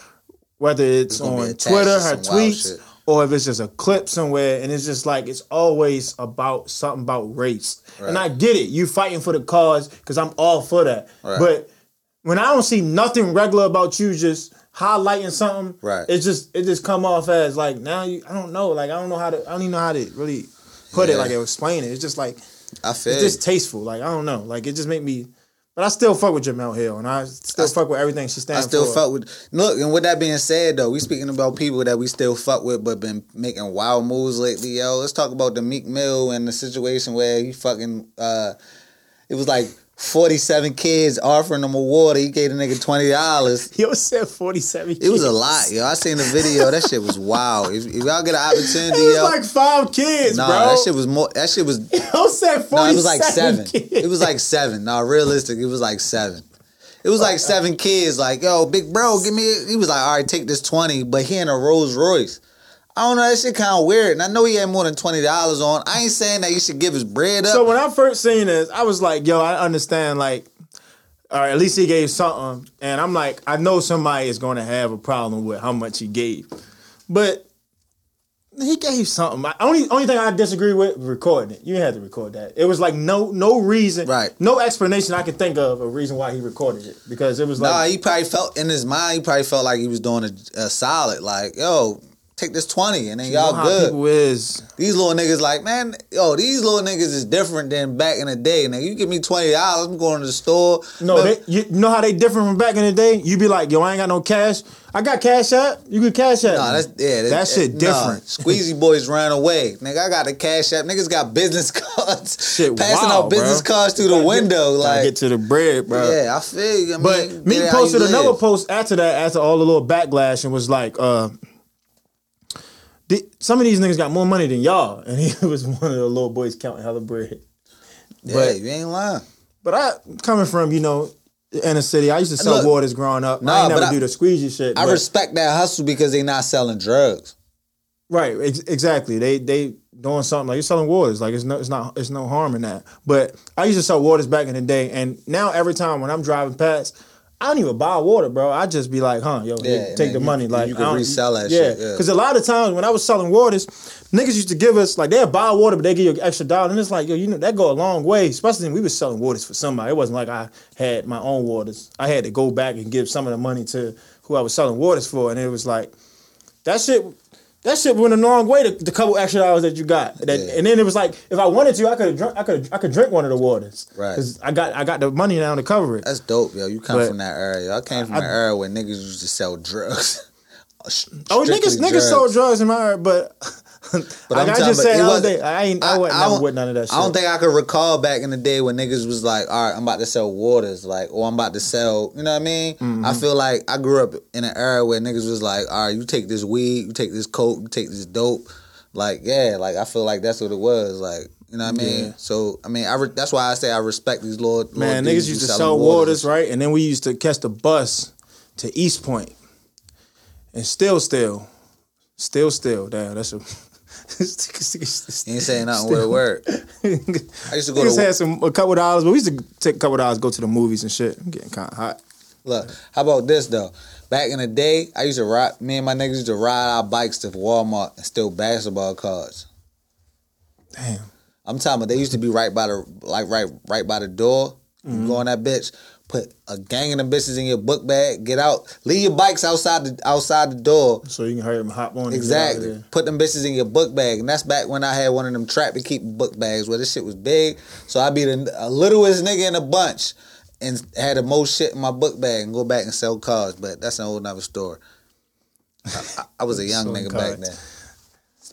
B: whether it's,
A: gonna be
B: on
A: attached
B: Twitter,
A: to
B: her
A: some wild
B: tweets,
A: shit.
B: or if it's just a clip somewhere, and it's just like it's always about something about race. And I get it. You fighting for the cause because I'm all for that.
A: Right.
B: But when I don't see nothing regular about you, just highlighting something,
A: Right.
B: It just it just come off as like now you. I don't know. Like I don't know how to. I don't even know how to really put it.
A: Yeah.
B: Like explain it. It's just like
A: I feel
B: it's just tasteful. Like I don't know. Like it just make me. But I still fuck with Jamel Hill, and I still fuck with everything she
A: I
B: stands for.
A: still fuck with. Look, and with that being said, though, we speaking about people that we still fuck with, but been making wild moves lately, yo. Let's talk about the Meek Mill and the situation where he fucking. uh It was like forty seven kids offering him a water. He gave the nigga twenty dollars.
B: Yo said forty seven.
A: It was a lot, yo. I seen the video. That shit was wild. If, if y'all get an
B: It
A: opportunity,
B: was
A: yo.
B: like five kids,
A: nah,
B: bro.
A: that shit was more. That shit was
B: Yo said forty seven.
A: No, it was like seven.
B: Kids.
A: It was like seven. No, realistic, it was like seven. It was like seven kids. Like, yo, big bro, give me. He was like, all right, take this twenty, but he in a Rolls Royce. I don't know. That shit kind of weird. And I know he had more than twenty dollars on. I ain't saying that he should give his bread up.
B: So when I first seen this, I was like, yo, I understand. Like, or at least he gave something, and I'm like, I know somebody is going to have a problem with how much he gave, but. He gave something. My only only thing I disagree with recording it. You had to record that. It was like no no reason,
A: Right.
B: No explanation I could think of a reason why he recorded it because it was like
A: nah, he probably felt in his mind. He probably felt like he was doing a, a solid. Like, yo, take this twenty, and then
B: you know
A: y'all
B: how
A: good.
B: people is.
A: These little niggas like, man, yo, these little niggas is different than back in the day. Now you give me twenty dollars, I'm going to the store.
B: No,
A: Look,
B: they, you you know how they different from back in the day. You be like, yo, I ain't got no cash. I got cash app. You can cash app.
A: Nah, that's yeah.
B: that shit
A: nah.
B: different.
A: Squeezy boys ran away. Nigga, I got the cash app. Niggas got business cards.
B: Shit,
A: passing
B: wow,
A: out business
B: bro.
A: cards through the window.
B: Gotta
A: Like,
B: get to the bread, bro.
A: yeah, I feel you. I mean,
B: But
A: get
B: me
A: it how
B: posted
A: you live.
B: another post after that, after all the little backlash, and was like, uh, "Th- some of these niggas got more money than y'all. And he was one of the little boys counting hella bread.
A: Yeah,
B: but-
A: you ain't lying.
B: But I, coming from, you know, the inner city, I used to sell
A: Look,
B: waters growing up. I
A: nah,
B: ain't never
A: but I-
B: do the squeegee shit.
A: I
B: but-
A: respect that hustle because they not selling drugs.
B: Right, ex- exactly. They they doing something like you're selling waters. Like it's no it's not it's no harm in that. But I used to sell waters back in the day, and now every time when I'm driving past, I don't even buy water, bro. I just be like, huh, yo,
A: Yeah,
B: here,
A: and
B: take
A: then
B: the
A: you-
B: money.
A: and
B: like
A: you can
B: I don't-
A: resell that
B: yeah.
A: shit, yeah.
B: Because a lot of times when I was selling waters, niggas used to give us like they'll buy water, but they give you an extra dollar, and it's like yo, you know that go a long way. Especially when we was selling waters for somebody. It wasn't like I had my own waters. I had to go back and give some of the money to who I was selling waters for, and it was like that shit that shit went a long way to the couple extra hours that you got. That,
A: Yeah.
B: And then it was like, if I wanted to, I could have drunk, I could I could drink one of the waters,
A: Right.
B: Because I got I got the money now to cover it.
A: That's dope, yo. You come
B: But-
A: from that area. I came from an era where niggas used to sell drugs.
B: Oh,
A: Strictly
B: niggas niggas sold drugs in my area, but, like
A: I'm
B: I
A: talking
B: just
A: about-
B: said,
A: it
B: I, was
A: wasn't-
B: there. I ain't I, wasn't never
A: don't-
B: with none of that shit.
A: I don't think I could recall back in the day when niggas was like, all right, I'm about to sell waters, like, or I'm about to sell, you know what I mean?
B: Mm-hmm.
A: I feel like I grew up in an era where niggas was like, all right, you take this weed, you take this coke, you take this dope. Like, yeah, like, I feel like that's what it was. Like, you know what I mean?
B: Yeah.
A: So, I mean, I re- that's why I say I respect these lord.
B: Man,
A: lord
B: niggas
A: dudes
B: used
A: who
B: to
A: selling
B: sell waters, right? And then we used to catch the bus to East Point. And still, still, still, still. Damn, that's a.
A: You ain't saying nothing word word. I used to go
B: We just
A: to
B: had some a couple dollars, but we used to take a couple dollars, go to the movies and shit. I'm getting kind of hot.
A: Look, how about this though? Back in the day, I used to ride. Me and my niggas used to ride our bikes to Walmart and steal basketball cards.
B: Damn.
A: I'm talking about they used to be right by the like right right by the door. You go on that bitch, Put a gang of them bitches in your book bag. Get out. Leave your bikes outside the outside the door.
B: So you can hurry him, hop on. and get out of
A: Exactly.
B: there.
A: Put them bitches in your book bag, and that's back when I had one of them trap to keep book bags where this shit was big. So I be the a littlest nigga in a bunch, and had the most shit in my book bag, and go back and sell cars. But that's an whole nother story. I, I- I was a young
B: Selling
A: nigga back
B: cars.
A: then.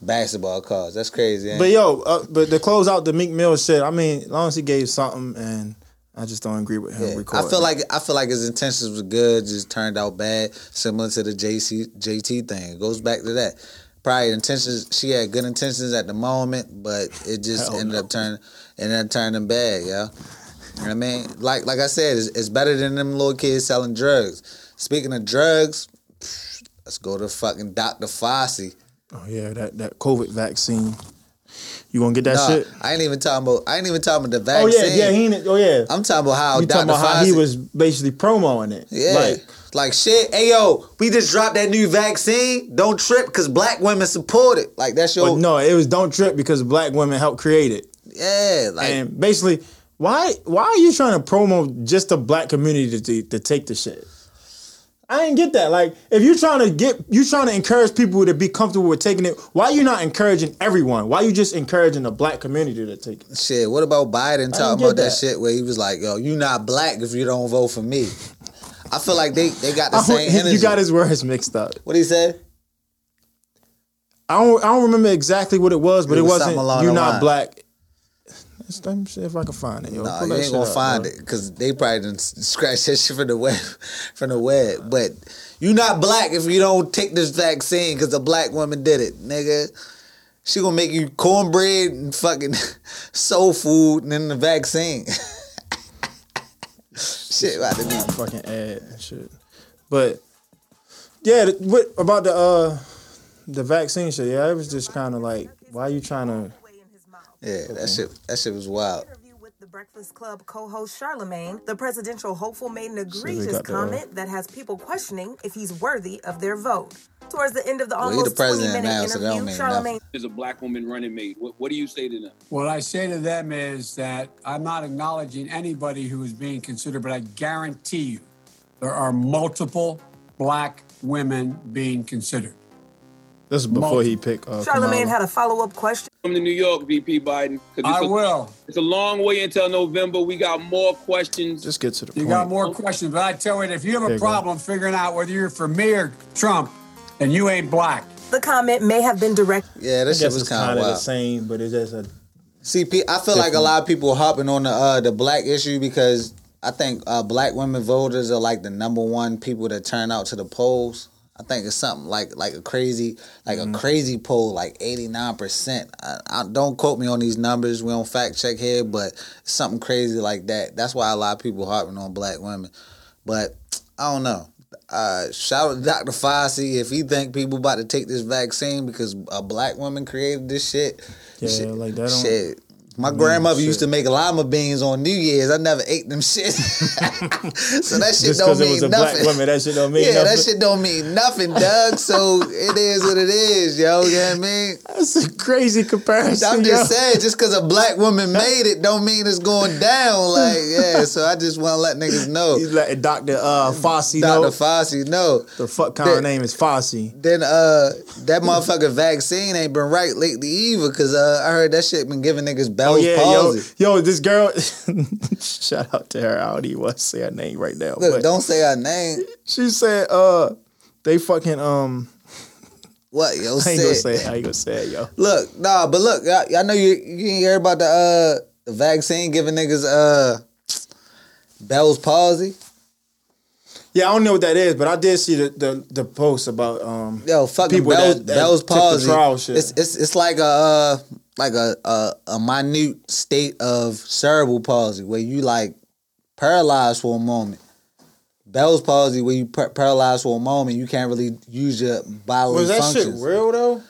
A: Basketball cars. That's crazy. ain't
B: But
A: it?
B: yo, uh, but to close out the Meek Mill shit, I mean, as long as he gave something, and I just don't agree with him.
A: Yeah, I
B: recording.
A: feel like I feel like his intentions were good, just turned out bad, similar to the JC JT thing. It goes back to that. Probably intentions. She had good intentions at the moment, but it just
B: Hell
A: ended
B: Oh, no.
A: up turning ended up turning bad. Yeah, you know what I mean, like like I said, it's, it's better than them little kids selling drugs. Speaking of drugs, psh, let's go to fucking Dr. Fossey.
B: oh yeah, that that COVID vaccine. You gonna get that
A: Nah,
B: shit?
A: I ain't even talking about. I ain't even talking about the
B: Oh
A: vaccine.
B: yeah, yeah, he. ain't- Oh yeah.
A: I'm talking about how
B: you
A: Dr.
B: talking about how
A: Fossey
B: he was basically promoing it?
A: Yeah.
B: Like,
A: Like, shit, hey yo, we just dropped that new vaccine. Don't trip cause black women support it. Like that's your
B: but no, it was don't trip because black women helped create it.
A: Yeah, like
B: and basically, why why are you trying to promote just the black community to, to, take the shit? I didn't get that. Like, if you're trying to get, you trying to encourage people to be comfortable with taking it. Why you not encouraging everyone? Why you just encouraging the black community to take it?
A: shit, what about Biden talking
B: get
A: about that.
B: that.
A: shit where he was like, yo, you not black if you don't vote for me. I feel like they, they got the same energy.
B: you got his words mixed up.
A: what he said?
B: I don't I don't remember exactly what it was, but
A: It
B: it,
A: was
B: wasn't.
A: something along
B: You're
A: the
B: not
A: line.
B: black. That's- Let me see if I can find it. Yo.
A: Nah,
B: Pull
A: you
B: that
A: ain't
B: shit
A: gonna
B: up,
A: find
B: bro.
A: it because they probably didn't scratch that shit from the web, from the web. But you not black if you don't take this vaccine because the black woman did it, nigga. She gonna make you cornbread and fucking soul food and then the vaccine. shit about to be.
B: fucking ad and shit. But yeah, th- what about the uh the vaccine shit? Yeah, it was just kind of like, why you trying to?
A: Yeah, that shit. That shit was wild.
K: With the Breakfast Club co-host Charlemagne, the presidential hopeful made an
B: got
K: egregious
B: that
K: comment that has people questioning if he's worthy of their vote. Towards the end of the
A: he the
K: almost
A: president
K: 20-minute
A: now, so that don't
K: interview,
A: mean
K: Charlemagne
D: There's a black woman running mate. What, what do you say to them?
F: What I say to them is that I'm not acknowledging anybody who is being considered, but I guarantee you there are multiple black women being considered.
B: This is before he picked. Uh,
K: Charlemagne
B: Kamala.
K: had a follow-up question
D: Come to New York, VP Biden. 'cause
F: I
D: It's a,
F: will.
D: it's a long way until November. We got more questions.
B: just get to the
F: You
B: point.
F: got more questions, but I tell you, if you have
B: There
F: a
B: you go.
F: problem figuring out whether you're for me or Trump, then you ain't black.
K: The comment may have been directed
A: Yeah, that
B: I
A: shit
B: guess
A: was
B: it's
A: kind
B: kind
A: of
B: of the
A: wild.
B: same, but it's just a
A: See, P- I feel like a lot of people hopping on the uh, the black issue because I think uh, black women voters are like the number one people that turn out to the polls. I think it's something like like a crazy like a crazy poll like eighty nine percent. Don't quote me on these numbers. We don't fact check here, but something crazy like that. That's why a lot of people harping on black women. But I don't know. Uh, shout out to Dr. Fossey if he think people about to take this vaccine because a black woman created this shit.
B: yeah,
A: shit,
B: like that. Don't,
A: Shit. My grandmother used
B: shit.
A: to make lima beans on New Year's. I never ate them shit. so that shit
B: Just
A: don't
B: because it
A: mean
B: was a
A: nothing.
B: black woman, that shit don't mean
A: yeah,
B: nothing.
A: that shit don't mean nothing, Doug. So it is what it is, yo. You know what I mean?
B: That's a crazy comparison.
A: I'm just
B: yo.
A: saying, just because a black woman made it don't mean it's going down. Like, yeah, so I just want to let niggas know.
B: He's like Doctor uh, Fossey.
A: Dr.
B: Dr.
A: Fossey, no.
B: the fuck kind
A: That-
B: of name is Fossey.
A: Then uh, that motherfucking vaccine ain't been right lately either, cause uh, I heard that shit been giving niggas
B: Oh
A: Bell's
B: yeah,
A: palsy.
B: yo, yo, this girl. shout out to her. I don't even want to say her name right now.
A: Look,
B: but
A: don't say our name.
B: She said, uh, they fucking um.
A: What yo?
B: I ain't gonna
A: said-
B: say. it. I ain't gonna say it, yo.
A: Look, nah, but look, I, I know you you didn't hear about the uh the vaccine giving niggas uh Bell's palsy.
B: Yeah, I don't know what that is, but I did see the the, the post about um.
A: Yo, fucking
B: People
A: Bell's,
B: that- that
A: Bell's
B: took the
A: palsy.
B: trial shit.
A: It's it's it's like a uh, like a, a a minute state of cerebral palsy where you like paralyzed for a moment. Bell's palsy where you par- paralyzed for a moment, you can't really use your bodily
B: Was that
A: functions.
B: shit real though?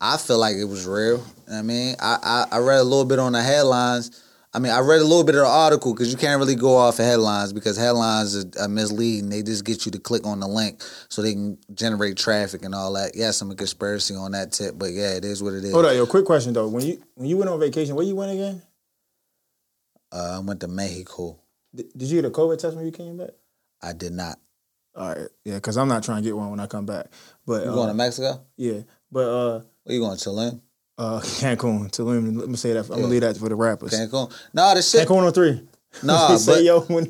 A: I feel like it was real. I mean, I, I, I read a little bit on the headlines. I mean, I read a little bit of the article because you can't really go off of headlines because headlines are, are misleading. They just get you to click on the link so they can generate traffic and all that. Yes, I'm a conspiracy on that tip, but yeah, it is what it is.
B: Hold on, yo. Quick question though. When you when you went on vacation, where you went again?
A: Uh, I went to Mexico.
B: Did did you get a COVID test when you came back?
A: I did not.
B: All right, yeah, because I'm not trying to get one when I come back. But
A: You
B: uh,
A: going to Mexico?
B: Yeah, but uh,
A: Where you going to Tulum?
B: uh, Cancun, Tulum. Let me say that. I'm
A: Yeah.
B: gonna leave that for the rappers.
A: Cancun. No, the shit.
B: Cancun on three.
A: Nah,
B: They say,
A: but-
B: yo, when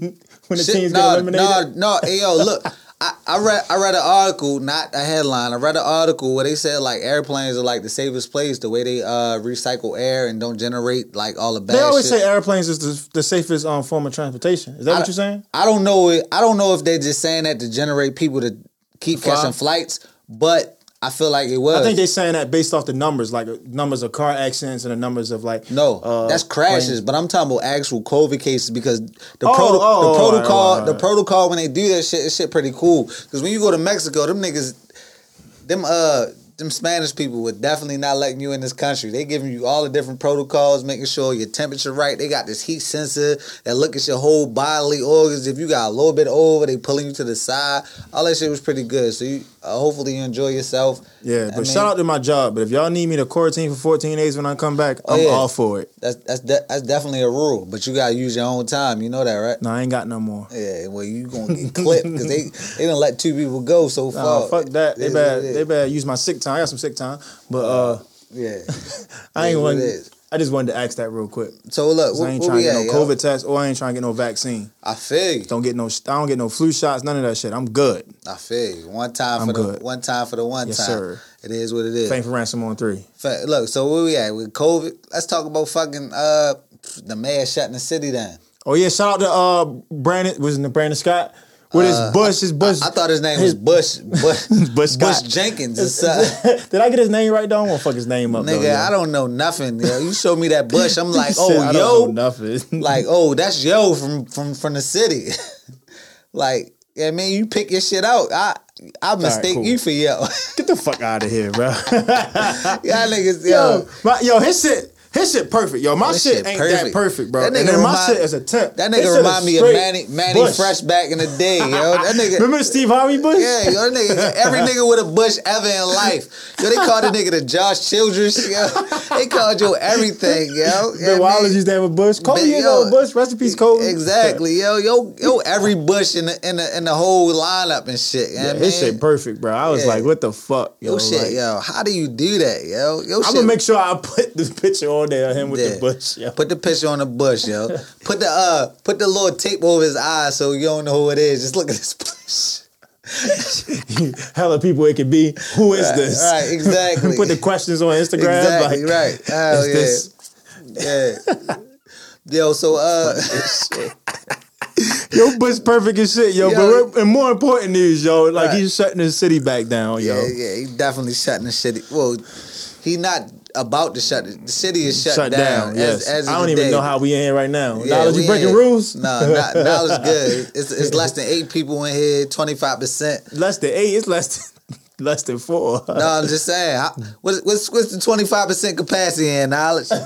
B: when the
A: Shit,
B: teams
A: nah,
B: get eliminated,
A: No, no, hey, yo, look. I, I read I read an article, not a headline. I read an article where they said like airplanes are like the safest place, the way they uh recycle air and don't generate like all the bad
B: they always
A: shit.
B: say airplanes is the, the safest um, form of transportation. Is that
A: I-
B: what you're saying?
A: I don't know it- I don't know if they're just saying that to generate people to keep
B: Fly.
A: catching flights, but I feel like it was.
B: I think they're saying that based off the numbers, like uh, numbers of car accidents and the numbers of like
A: No,
B: uh,
A: that's crashes,
B: planes.
A: but I'm talking about actual COVID cases because the,
B: Oh,
A: proto-
B: oh,
A: the
B: oh,
A: protocol,
B: alright, alright,
A: the
B: alright.
A: protocol when they do that shit, is shit pretty cool. Because when you go to Mexico, them niggas, them uh, them Spanish people were definitely not letting you in this country. They giving you all the different protocols, making sure your temperature right. They got this heat sensor that look at your whole bodily organs. If you got a little bit over, they pulling you to the side. All that shit was pretty good. So you uh, hopefully you enjoy yourself.
B: Yeah,
A: I
B: but
A: mean-
B: shout out to my job. But if y'all need me to quarantine for 14 days when I come back,
A: Oh,
B: I'm
A: yeah.
B: all for it.
A: That's that's de- that's definitely a rule, but you gotta use your own time. You know that, right?
B: No, I ain't got no more.
A: Yeah, well, you gonna get clipped because they they done let two people go so far.
B: Nah, fuck that. They
A: It is
B: bad.
A: what it
B: They
A: is.
B: bad. Use my sick time. I got some sick time, but uh, I
A: It is
B: ain't
A: what
B: want.
A: it is.
B: I just wanted to ask that real quick.
A: Yeah. So look,
B: 'Cause
A: what,
B: I ain't
A: what
B: trying to
A: we
B: get no
A: at, yo?
B: COVID test, or I ain't trying to get no vaccine.
A: I feel you.
B: Don't get no. sh- I don't get no flu shots. None of that shit. I'm good.
A: I feel you. One time
B: I'm
A: for the
B: good.
A: one time for the one
B: Yes,
A: time.
B: sir.
A: It is what it is.
B: Thank for ransom on three.
A: Fa- Look, so where we at with COVID? Let's talk about fucking uh the mayor shutting the city down.
B: Oh yeah, shout out to uh Brandon. Was it Brandon Scott? With his Bush, his Bush.
A: Uh, I thought his name was Bush Bush
B: Bush Scott.
A: Jenkins. or something.
B: Did I get his name right? Though I won't fuck his name up.
A: Nigga,
B: though,
A: I don't know nothing. Yo. You show me that Bush, I'm like,
B: Shit,
A: oh,
B: I
A: yo,
B: don't know nothing.
A: like, oh, that's yo from from from the city. like, yeah, man, you pick your shit out. I I mistake
B: cool.
A: you for yo.
B: Get the fuck out of here, bro.
A: Y'all niggas, yo.
B: yo, my, yo, his shit, his shit perfect. Yo, my
A: His
B: shit,
A: shit
B: ain't
A: perfect.
B: that perfect, bro.
A: That nigga
B: and then my
A: remind-
B: shit is a temp.
A: That
B: His shit
A: nigga
B: is
A: remind me of
B: straight
A: Manny Manny
B: Bush.
A: Fresh back in the day, yo. That nigga
B: Remember the Steve Harvey Bush?
A: Yeah, yo, that nigga, every nigga with a bush ever in life. Yo, they called the nigga the Josh Childress, yo. They called yo everything, yo. Yeah,
B: Bill Wallace
A: man.
B: used to have a Bush. Kobe
A: Big-
B: used to
A: yo. e-
B: have a Bush. Rest in peace, Kobe.
A: Exactly, yo, yo, yo, every bush in the in the in the whole lineup and shit. You know
B: Yeah,
A: what I
B: his
A: mean?
B: shit perfect, bro. I was
A: Yeah.
B: like, what the fuck, yo?
A: Yo, shit,
B: like,
A: yo, how do you do that, yo? Yo,
B: I'm
A: shit.
B: gonna make sure I put the picture on there of him with
A: Yeah.
B: the Bush. Yo.
A: Put the picture on the bush, yo. Put the uh, put the little tape over his eyes so you don't know who it is. Just look at this bush.
B: Hella people it could be. Who is
A: Right,
B: this?
A: right, exactly.
B: put the questions on Instagram.
A: Exactly
B: like,
A: right. Hell
B: is this-
A: yeah, yeah. Yo, so uh,
B: Yo, Bush perfect as shit, yo.
A: Yo.
B: But we're, and more important news, yo, like
A: Right.
B: he's shutting his city back down, yo.
A: yeah, yeah, he definitely shutting the city. Well, he not about to shut it. The city is shut,
B: Shut down. yes.
A: as, as
B: I
A: of
B: don't
A: the
B: even
A: day.
B: know how we in here right now.
A: Yeah,
B: Knowledge,
A: we
B: you breaking
A: ain't-
B: rules?
A: No, nah, nah, knowledge good. It's, it's less than eight people in here, 25%.
B: Less than eight. It's less than less than four.
A: No, I'm just saying. how- What's, what's, what's the 25% capacity in knowledge?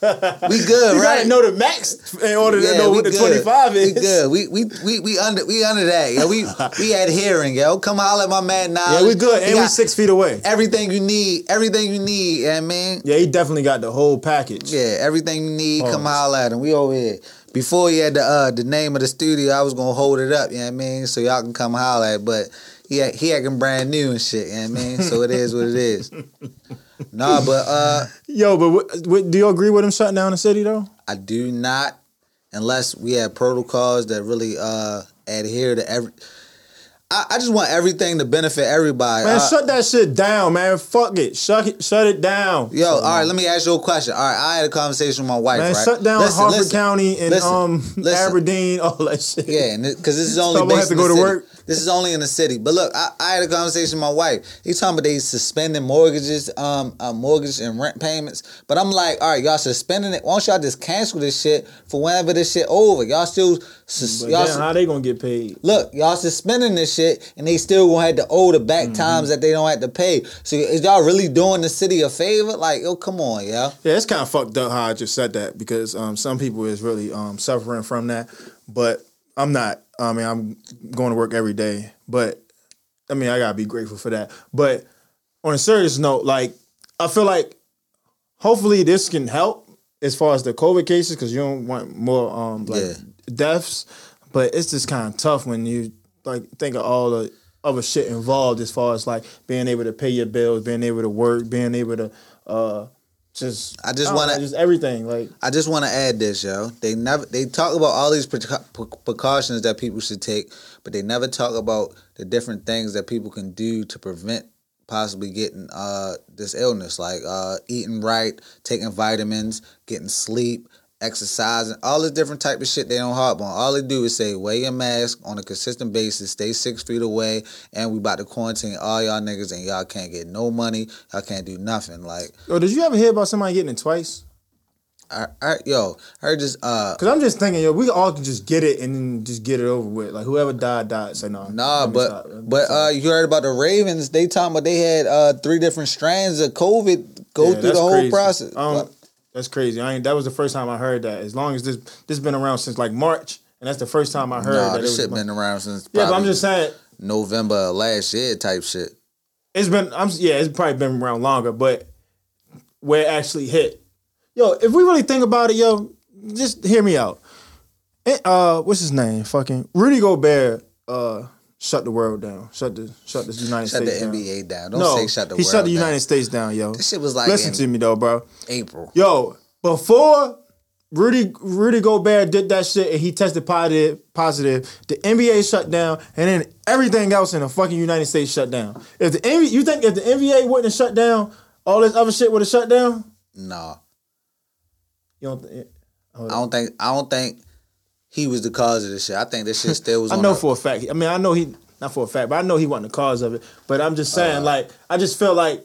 A: We good,
B: you
A: right?
B: gotta know the max in order to know
A: we
B: what the
A: good.
B: twenty five is.
A: We good. We we we we under we under that. Yo, we we adhering. Yo, come holler at my man now.
B: Yeah, we good, and we six feet away.
A: Everything you need, everything you need. Yeah, man.
B: Yeah, he definitely got the whole package.
A: Yeah, everything you need, come
B: Pause.
A: holler at him. We over here. Before he had the uh, the name of the studio, I was gonna hold it up, you know what I mean? So y'all can come holler at it, but he act- he acting brand new and shit, you know what I mean? So it is what it is. nah, but uh
B: Yo, but what, what, do you agree with him shutting down the city though?
A: I do not unless we have protocols that really uh adhere to every I, I just want everything to benefit everybody.
B: Man,
A: Uh,
B: shut that shit down, man. Fuck it. Shut it. Shut it down.
A: Yo, all right, let me ask you a question. All right, I had a conversation with my wife,
B: Man,
A: right?
B: shut down
A: Listen,
B: Harford
A: listen,
B: County and
A: listen,
B: um
A: listen.
B: Aberdeen, all that shit.
A: Yeah, because this is only
B: So I'm gonna
A: based
B: have to
A: in
B: go to
A: the city.
B: work.
A: This is only in the city. But look, I, I had a conversation with my wife. He's talking about they suspending mortgages, um, uh, mortgage and rent payments. But I'm like, all right, y'all suspending it. Why don't y'all just cancel this shit for whenever this shit over? Y'all still, sus-
B: But
A: y'all.
B: then
A: su-
B: how they gonna get paid?
A: Look, y'all suspending this shit, and they still gonna have to owe the back times that they don't have to pay. So is y'all really doing the city a favor? Like, yo, come on, yo.
B: Yeah, it's kind of fucked up how I just said that because um, some people is really um, suffering from that, but I'm not. I mean, I'm going to work every day, but I mean, I gotta be grateful for that. But on a serious note, like I feel like hopefully this can help as far as the COVID cases because you don't want more um, like
A: Yeah.
B: deaths. But it's just kind of tough when you like think of all the other shit involved as far as like being able to pay your bills, being able to work, being able to uh just
A: I just
B: don't
A: wanna-
B: know, just everything like
A: I just want to add this, yo. They never they talk about all these preca- pre- precautions that people should take, but they never talk about the different things that people can do to prevent possibly getting uh this illness, like uh eating right, taking vitamins, getting sleep, exercising, all the different type of shit they don't harp on. All they do is say wear your mask on a consistent basis, stay six feet away, and we about to quarantine all y'all niggas, and y'all can't get no money, y'all can't do nothing. Like,
B: Yo, did you ever hear about somebody getting it twice?
A: I, I yo, I just uh.
B: Cause I'm just thinking, yo, we all can just get it and then just get it over with. Like whoever died, died. So no,
A: Nah,
B: let me
A: but
B: stop. Let me
A: but
B: stop.
A: uh, you heard about the Ravens? They talking about they had uh three different strands of COVID go
B: Yeah,
A: through
B: that's
A: the whole
B: crazy.
A: process.
B: I don't- that's crazy. I ain't, that was the first time I heard that. As long as this this been around since like March, and that's the first time I heard
A: nah,
B: that. it
A: this
B: was
A: shit
B: my-
A: been around since
B: yeah, but I'm
A: probably
B: just saying
A: November of last year type shit.
B: it's been. I'm yeah, it's probably been around longer, but where it actually hit. Yo, if we really think about it, yo, just hear me out. And, uh, what's his name? Fucking Rudy Gobert. Uh, shut the world down. Shut the shut the United
A: Shut the
B: States down.
A: NBA down. Don't
B: no,
A: say shut the
B: he
A: world
B: shut the
A: down.
B: United States down, yo.
A: This shit was like
B: Listen
A: in
B: to me though, bro.
A: April.
B: Yo, before Rudy Rudy Gobert did that shit and he tested positive, positive, the NBA shut down, and then everything else in the fucking United States shut down. If the NBA, you think if the NBA wouldn't have shut down, all this other shit would have shut down.
A: Nah,
B: You don't. Th-
A: I don't think I don't think he was the cause of this shit. I think this shit still was.
B: I
A: on
B: know
A: the-
B: for a fact. I mean, I know he not for a fact, but I know he wasn't the cause of it. But I'm just
A: Uh,
B: saying, like, I just feel like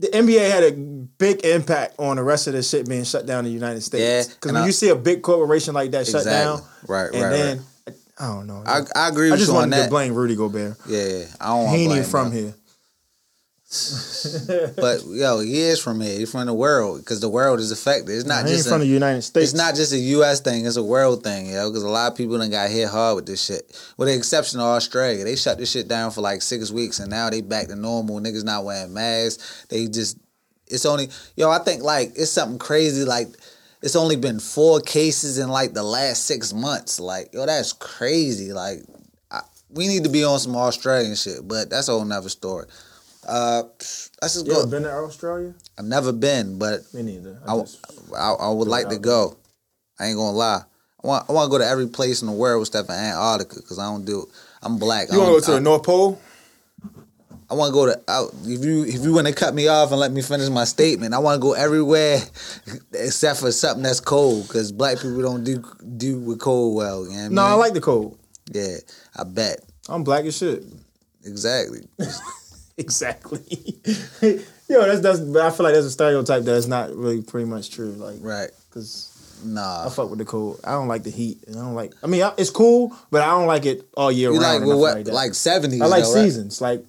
B: the NBA had a big impact on the rest of this shit being shut down in the United
A: Yeah,
B: States. Because
A: and
B: when
A: I-
B: you see a big corporation like that shut down,
A: Exactly. Right,
B: and
A: right,
B: then I don't know.
A: I, I agree
B: I
A: with
B: just
A: you on
B: wanted to
A: that.
B: blame Rudy Gobert.
A: Yeah, yeah, I don't want
B: He
A: to
B: ain't
A: blame
B: even from
A: him.
B: here.
A: But yo, he is from here. He's from the world because the world is affected. It's not
B: He ain't
A: just
B: from
A: a-
B: the United States.
A: It's not just a U.S. thing; it's a world thing, yo. Because a lot of people done got hit hard with this shit. With the exception of Australia, they shut this shit down for like six weeks, and now they back to normal. Niggas not wearing masks. They just, it's only yo. I think like it's something crazy. Like it's only been four cases in like the last six months. Like yo, that's crazy. Like I, we need to be on some Australian shit, but that's a whole nother story. Uh, that's just
B: You ever
A: good.
B: been to Australia?
A: I've never been, but
B: Me neither. I
A: I,
B: just-
A: I, I would like to go. I ain't gonna lie. I want, I want to go to every place in the world except for Antarctica because I don't do. I'm black.
B: you want to
A: I
B: go
A: don't-
B: to the
A: I-
B: North Pole?
A: I want to go to. I, if you if you want to cut me off and let me finish my statement, I want to go everywhere except for something that's cold because black people don't do do with cold well. You know what I
B: No, I
A: mean?
B: like the cold.
A: Yeah, I bet
B: I'm black as shit.
A: exactly.
B: Exactly. Yo, that's that's. But I feel like that's a stereotype that's not really pretty much true. Like,
A: Right.
B: Cause I
A: Nah.
B: fuck with the cold. I don't like the heat, and I don't like. I mean, I, it's cool, but I don't like it all year
A: You
B: round.
A: like
B: and
A: well,
B: nothing
A: what
B: that.
A: like seventies?
B: I like seasons. Like,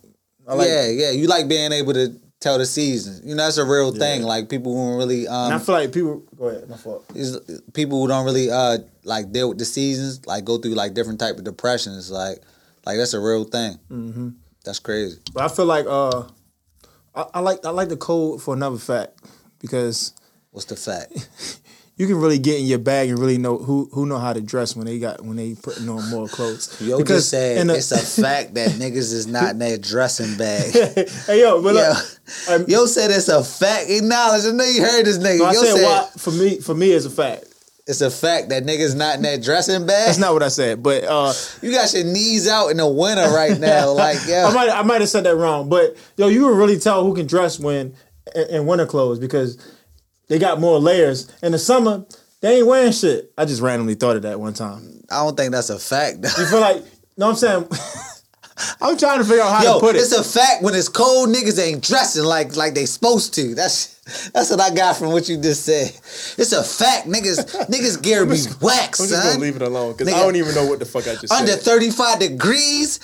B: I like.
A: yeah, yeah. You like being able to tell the seasons. You know, that's a real thing. Like people who don't really um
B: And I feel like people. Go ahead. My fault.
A: is people who don't really uh like deal with the seasons, like go through like different type of depressions. Like like that's a real thing. Mm-hmm. That's crazy.
B: But I feel like uh, I, I like I like the cold for another fact because
A: What's the fact?
B: you can really get in your bag and really know who who know how to dress when they got when they putting on more clothes.
A: Yo
B: Because
A: just said
B: in the-
A: it's a fact that niggas is not in their dressing bag.
B: hey yo, but
A: Yo,
B: look, I'm-
A: yo said it's a fact. Acknowledge. I know you heard this nigga.
B: No, I
A: yo
B: said
A: said
B: why for me for me it's a fact.
A: it's a fact that niggas not in their dressing bag.
B: That's not what I said, but uh,
A: you got your knees out in the winter right now. like yeah.
B: I might I might have said that wrong. But yo, you can really tell who can dress when in, in winter clothes because they got more layers. In the summer, they ain't wearing shit. I just randomly thought of that one time.
A: I don't think that's a fact.
B: You feel like no, I'm saying. I'm trying to figure out how
A: Yo,
B: to put it.
A: it's a fact when it's cold, niggas ain't dressing like like they supposed to. That's that's what I got from what you just said. It's a fact, niggas niggas gear be whack,
J: I'm just
A: son.
J: gonna leave it alone because
A: Nigga.
J: I don't even know what the fuck I just
A: Under
J: said.
A: thirty five degrees,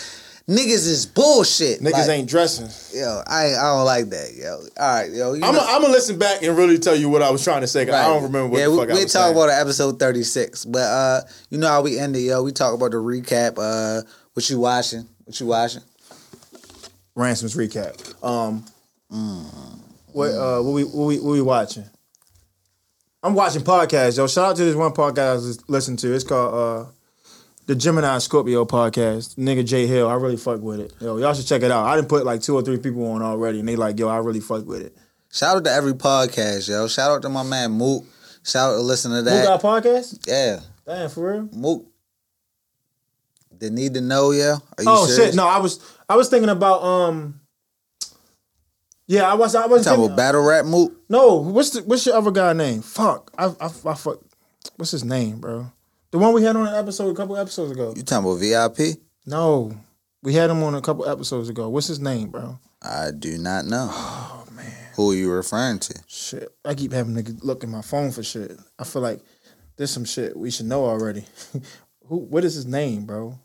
A: niggas is bullshit.
B: Niggas
A: Like,
B: ain't dressing.
A: yo. I ain't- I don't like that, yo. All right, yo. You
J: I'm
A: know-
J: gonna listen back and really tell you what I was trying to say. 'cause I
A: Right.
J: don't remember what
A: yeah,
J: the
A: we-
J: fuck I
A: we
J: was
A: talk
J: saying.
A: about episode thirty six, but uh, you know how we end it, yo. We talk about the recap. Uh, what you watching? What you watching?
B: Ransom's recap. Um, what uh, what we what we what we watching? I'm watching podcasts, yo. Shout out to this one podcast I was listening to. It's called uh, the Gemini Scorpio podcast. Nigga Jay Hill, I really fuck with it. Yo, y'all should check it out. I didn't put like two or three people on already, and they like, yo, I really fuck with it.
A: Shout out to every podcast, yo. Shout out to my man Mook. Shout out to listen to that.
B: Mook got a podcast?
A: Yeah.
B: Damn, for real?
A: Mook. They need to know, yeah. Are you
B: oh
A: serious?
B: shit! No, I was I was thinking about um. Yeah, I was I
A: You
B: was
A: talking
B: thinking,
A: about battle rap Mook?
B: no. What's the, what's your other guy name? Fuck, I I, I fuck. What's his name, bro? The one we had on an episode a couple episodes ago.
A: You talking about VIP?
B: No, we had him on a couple episodes ago. What's his name, bro?
A: I do not know.
B: Oh,
A: Who are you referring to?
B: Shit, I keep having to look at my phone for shit. I feel like there's some shit we should know already. Who? What is his name, bro?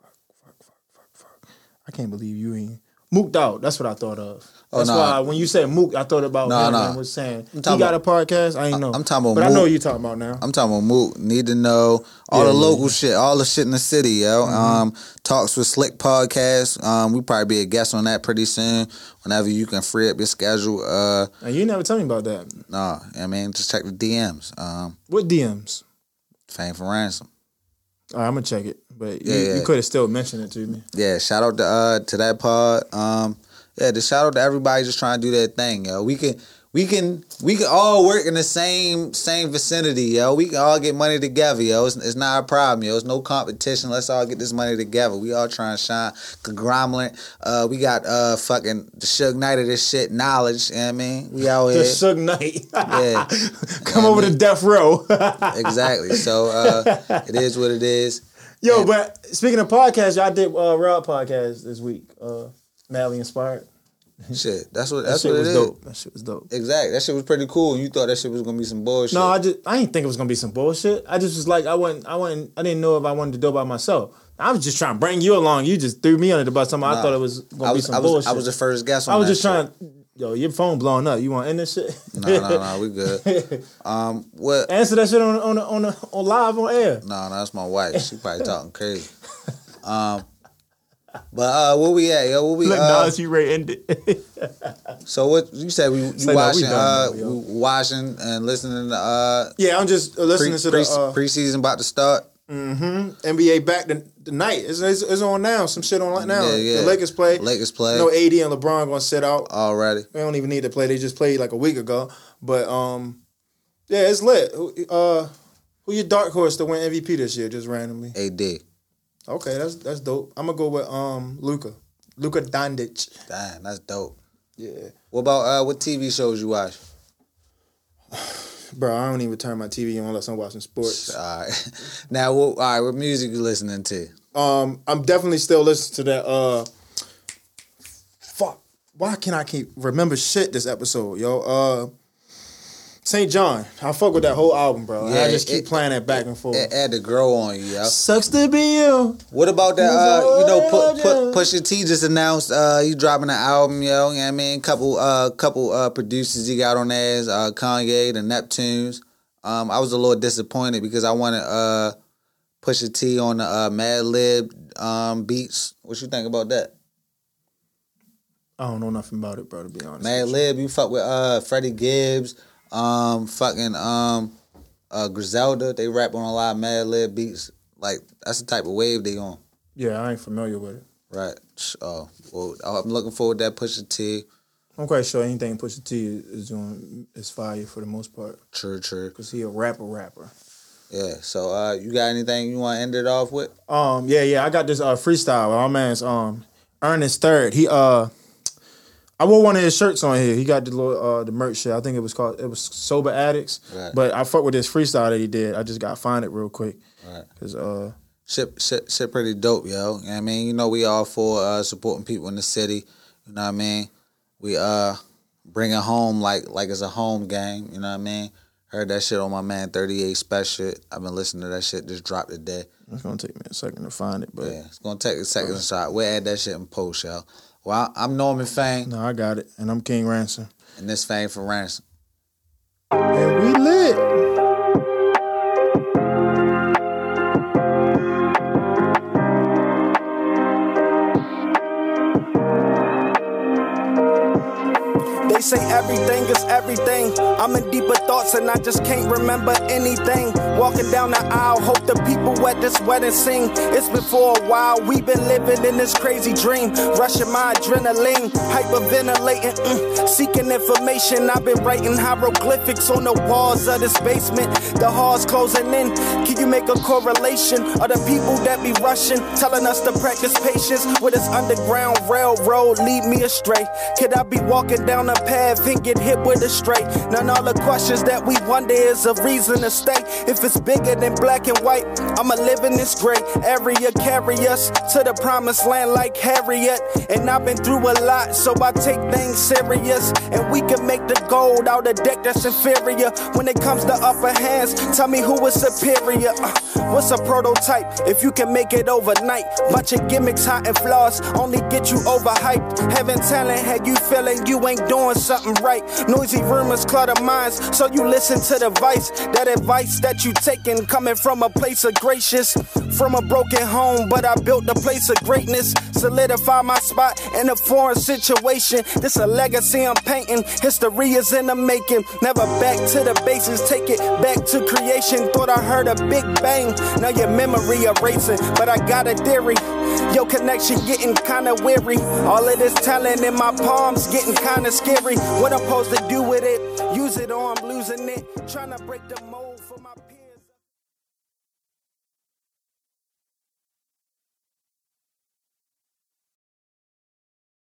B: Fuck, fuck, fuck, fuck, fuck. I can't believe you ain't mooked out. That's what I thought of.
A: Oh,
B: That's
A: nah.
B: why when you said mook, I thought about
A: Nah,
B: him
A: nah.
B: and was saying he
A: I'm
B: got
A: talking
B: a podcast. I ain't know.
A: I'm talking about
B: but I know
A: Mook.
B: you talking about now.
A: I'm talking about Mook. Need to know all
B: Yeah, Mm-hmm.
A: the
B: yeah,
A: local shit, all the shit in the city, yo. Um, talks with Slick podcast. Um, we probably be a guest on that pretty soon. Whenever you can free up your schedule. Uh,
B: And you never tell me about that.
A: nah, I mean just check the DMs. Um,
B: What DMs?
A: Fame for ransom.
B: All right, I'm gonna check it. But you,
A: Yeah, yeah.
B: you could have still mentioned it to me.
A: Yeah, shout out to uh to that pod. Um, yeah, just shout out to everybody just trying to do their thing, yo. We can we can we can all work in the same same vicinity, yo. We can all get money together, yo. It's, it's not a problem, yo. It's no competition. Let's all get this money together. We all trying to shine conglomerate. Uh, we got uh fucking the Suge Knight of this shit knowledge. You know what I mean, we out
B: The
A: here.
B: Suge Knight.
A: yeah,
B: Come over to death row.
A: exactly. So uh, it is what it is.
B: Yo, but speaking of podcasts, y'all did uh Rob podcast this week. Uh Madly inspired.
A: Shit, that's what
B: That
A: that's
B: shit
A: what it
B: was
A: is.
B: dope. That shit was dope.
A: Exactly. That shit was pretty cool. You thought that shit was gonna be some bullshit.
B: No, I just I didn't think it was gonna be some bullshit. I just was like I wasn't I wasn't I didn't know if I wanted to do it by myself. I was just trying to bring you along. You just threw me under the bus. Something I thought it was gonna
A: I
B: be
A: was,
B: some
A: I was,
B: bullshit.
A: I was the first guest on
B: I was
A: that
B: just trying yo, your phone blowing up. You wanna end this shit?
A: shit. No, no, no, we good. Um, what?
B: Answer that shit on on on, on, on live on air.
A: No, no, that's my wife. She probably talking crazy. Um, but uh, where we at, yo? Where we? Uh,
B: you Ray ended.
A: so what? You said we you
B: Say no, we
A: watching, uh,
B: done now, yo.
A: we watching and listening to uh,
B: yeah, I'm just uh,
A: pre,
B: listening to
A: pre-
B: the uh,
A: preseason about to start.
B: NBA back the, tonight. It's, it's, it's on now. Some shit on now.
A: Yeah, yeah.
B: The Lakers play.
A: Lakers play. Uh,
B: No AD and LeBron gonna sit out.
A: Already,
B: They don't even need to play. They just played like a week ago. But um, yeah, it's lit. Who, uh, who your dark horse to win MVP this year? Just randomly.
A: AD.
B: Okay, that's that's dope. I'm gonna go with um Luca. Luca Doncic.
A: Damn, that's dope.
B: Yeah,
A: What about uh, what TV shows you watch?
B: bro. I don't even turn my TV on unless I'm watching sports.
A: All right, now what? All right, what music you listening to?
B: Um, I'm definitely still listening to that. Uh, fuck. Why can I keep remember shit this episode, yo? Uh, St. John. I fuck with that whole album, bro. and I
A: Yeah,
B: just keep
A: it-
B: playing that back and forth.
A: It had to grow on you, yo.
B: Sucks to be you.
A: What about that? Uh, you know, put, put, Pusha T just announced uh, he dropping an album, yo. You know what I mean, couple uh, couple uh, producers he got on there is uh, Kanye, the Neptunes. Um, I was a little disappointed because I wanted uh, Pusha T on the uh, Mad Lib um, beats. What you think about that?
B: I don't know nothing about it, bro. To be honest.
A: Mad
B: with you.
A: Lib, you fuck with uh, Freddie Gibbs, um, fucking um, uh, Griselda. They rap on a lot of Mad Lib beats. Like that's the type of wave they on.
B: Yeah, I ain't familiar with it.
A: Right. Oh, well, I'm looking forward to that Pusha T.
B: I'm quite sure anything Pusha T is doing is fire for the most part
A: True, true.
B: because he a rapper rapper.
A: Yeah. So, uh, you got anything you want to end it off with?
B: Um, yeah, yeah, I got this uh freestyle. Our man's um Ernest Third. He uh I wore one of his shirts on here. He got the little uh the merch shit. I think it was called it was Sober Addicts.
A: Right.
B: But I fuck with this freestyle that he did. I just gotta find it real quick. Cause uh
A: Shit, shit, shit, pretty dope, yo. You know what I mean, you know, we all for uh, supporting people in the city. You know what I mean? We uh bring it home like like it's a home game. You know what I mean? Heard that shit on my man 38 special. I've been listening to that shit just dropped today.
B: it's gonna take me a second to find it, but
A: Yeah, it's gonna take a second shot. We'll add that shit in post, yo. Well, I- I'm Norman Fang,
B: no, I got it. And I'm King Ransom.
A: and this Fang for ransom.
B: And we lit.
K: They
L: They say everything is everything. I'm in deeper thoughts and I just can't remember anything. Walking down the aisle, hope the people at this wedding sing. It's been for a while, we've been living in this crazy dream. Rushing my adrenaline, hyperventilating, mm, seeking information. I've been writing hieroglyphics on the walls of this basement. The hall's closing in. Can you make a correlation of the people that be rushing, telling us to practice patience with this underground railroad? Lead me astray. Could I be walking down a path and get hit with a straight? None all the questions that we wonder is a reason to stay. If it's bigger than black and white, I'ma live in this gray area, carry us to the promised land like Harriet. And I've been through a lot, so I take things serious. And we can make the gold out of deck that's inferior. When it comes to upper hands, tell me who is superior. Uh, what's a prototype? If you can make it overnight, bunch of gimmicks, hot and flaws, only get you overhyped. Having talent had you feeling you ain't doing something right. Noisy rumors clutter minds, so you listen to the vice. That advice that you taking coming from a place of gracious, from a broken home, but I built a place of greatness. Solidify my spot in a foreign situation. This a legacy I'm painting. History is in the making. Never back to the bases, take it back to creation. Thought I heard a big bang, now your memory erasing. But I got a theory. Your connection getting kinda weary. All of this talent in my palms getting kinda scary. What I'm supposed to do with it? Use it or I'm losing it. Trying to break the mold for my.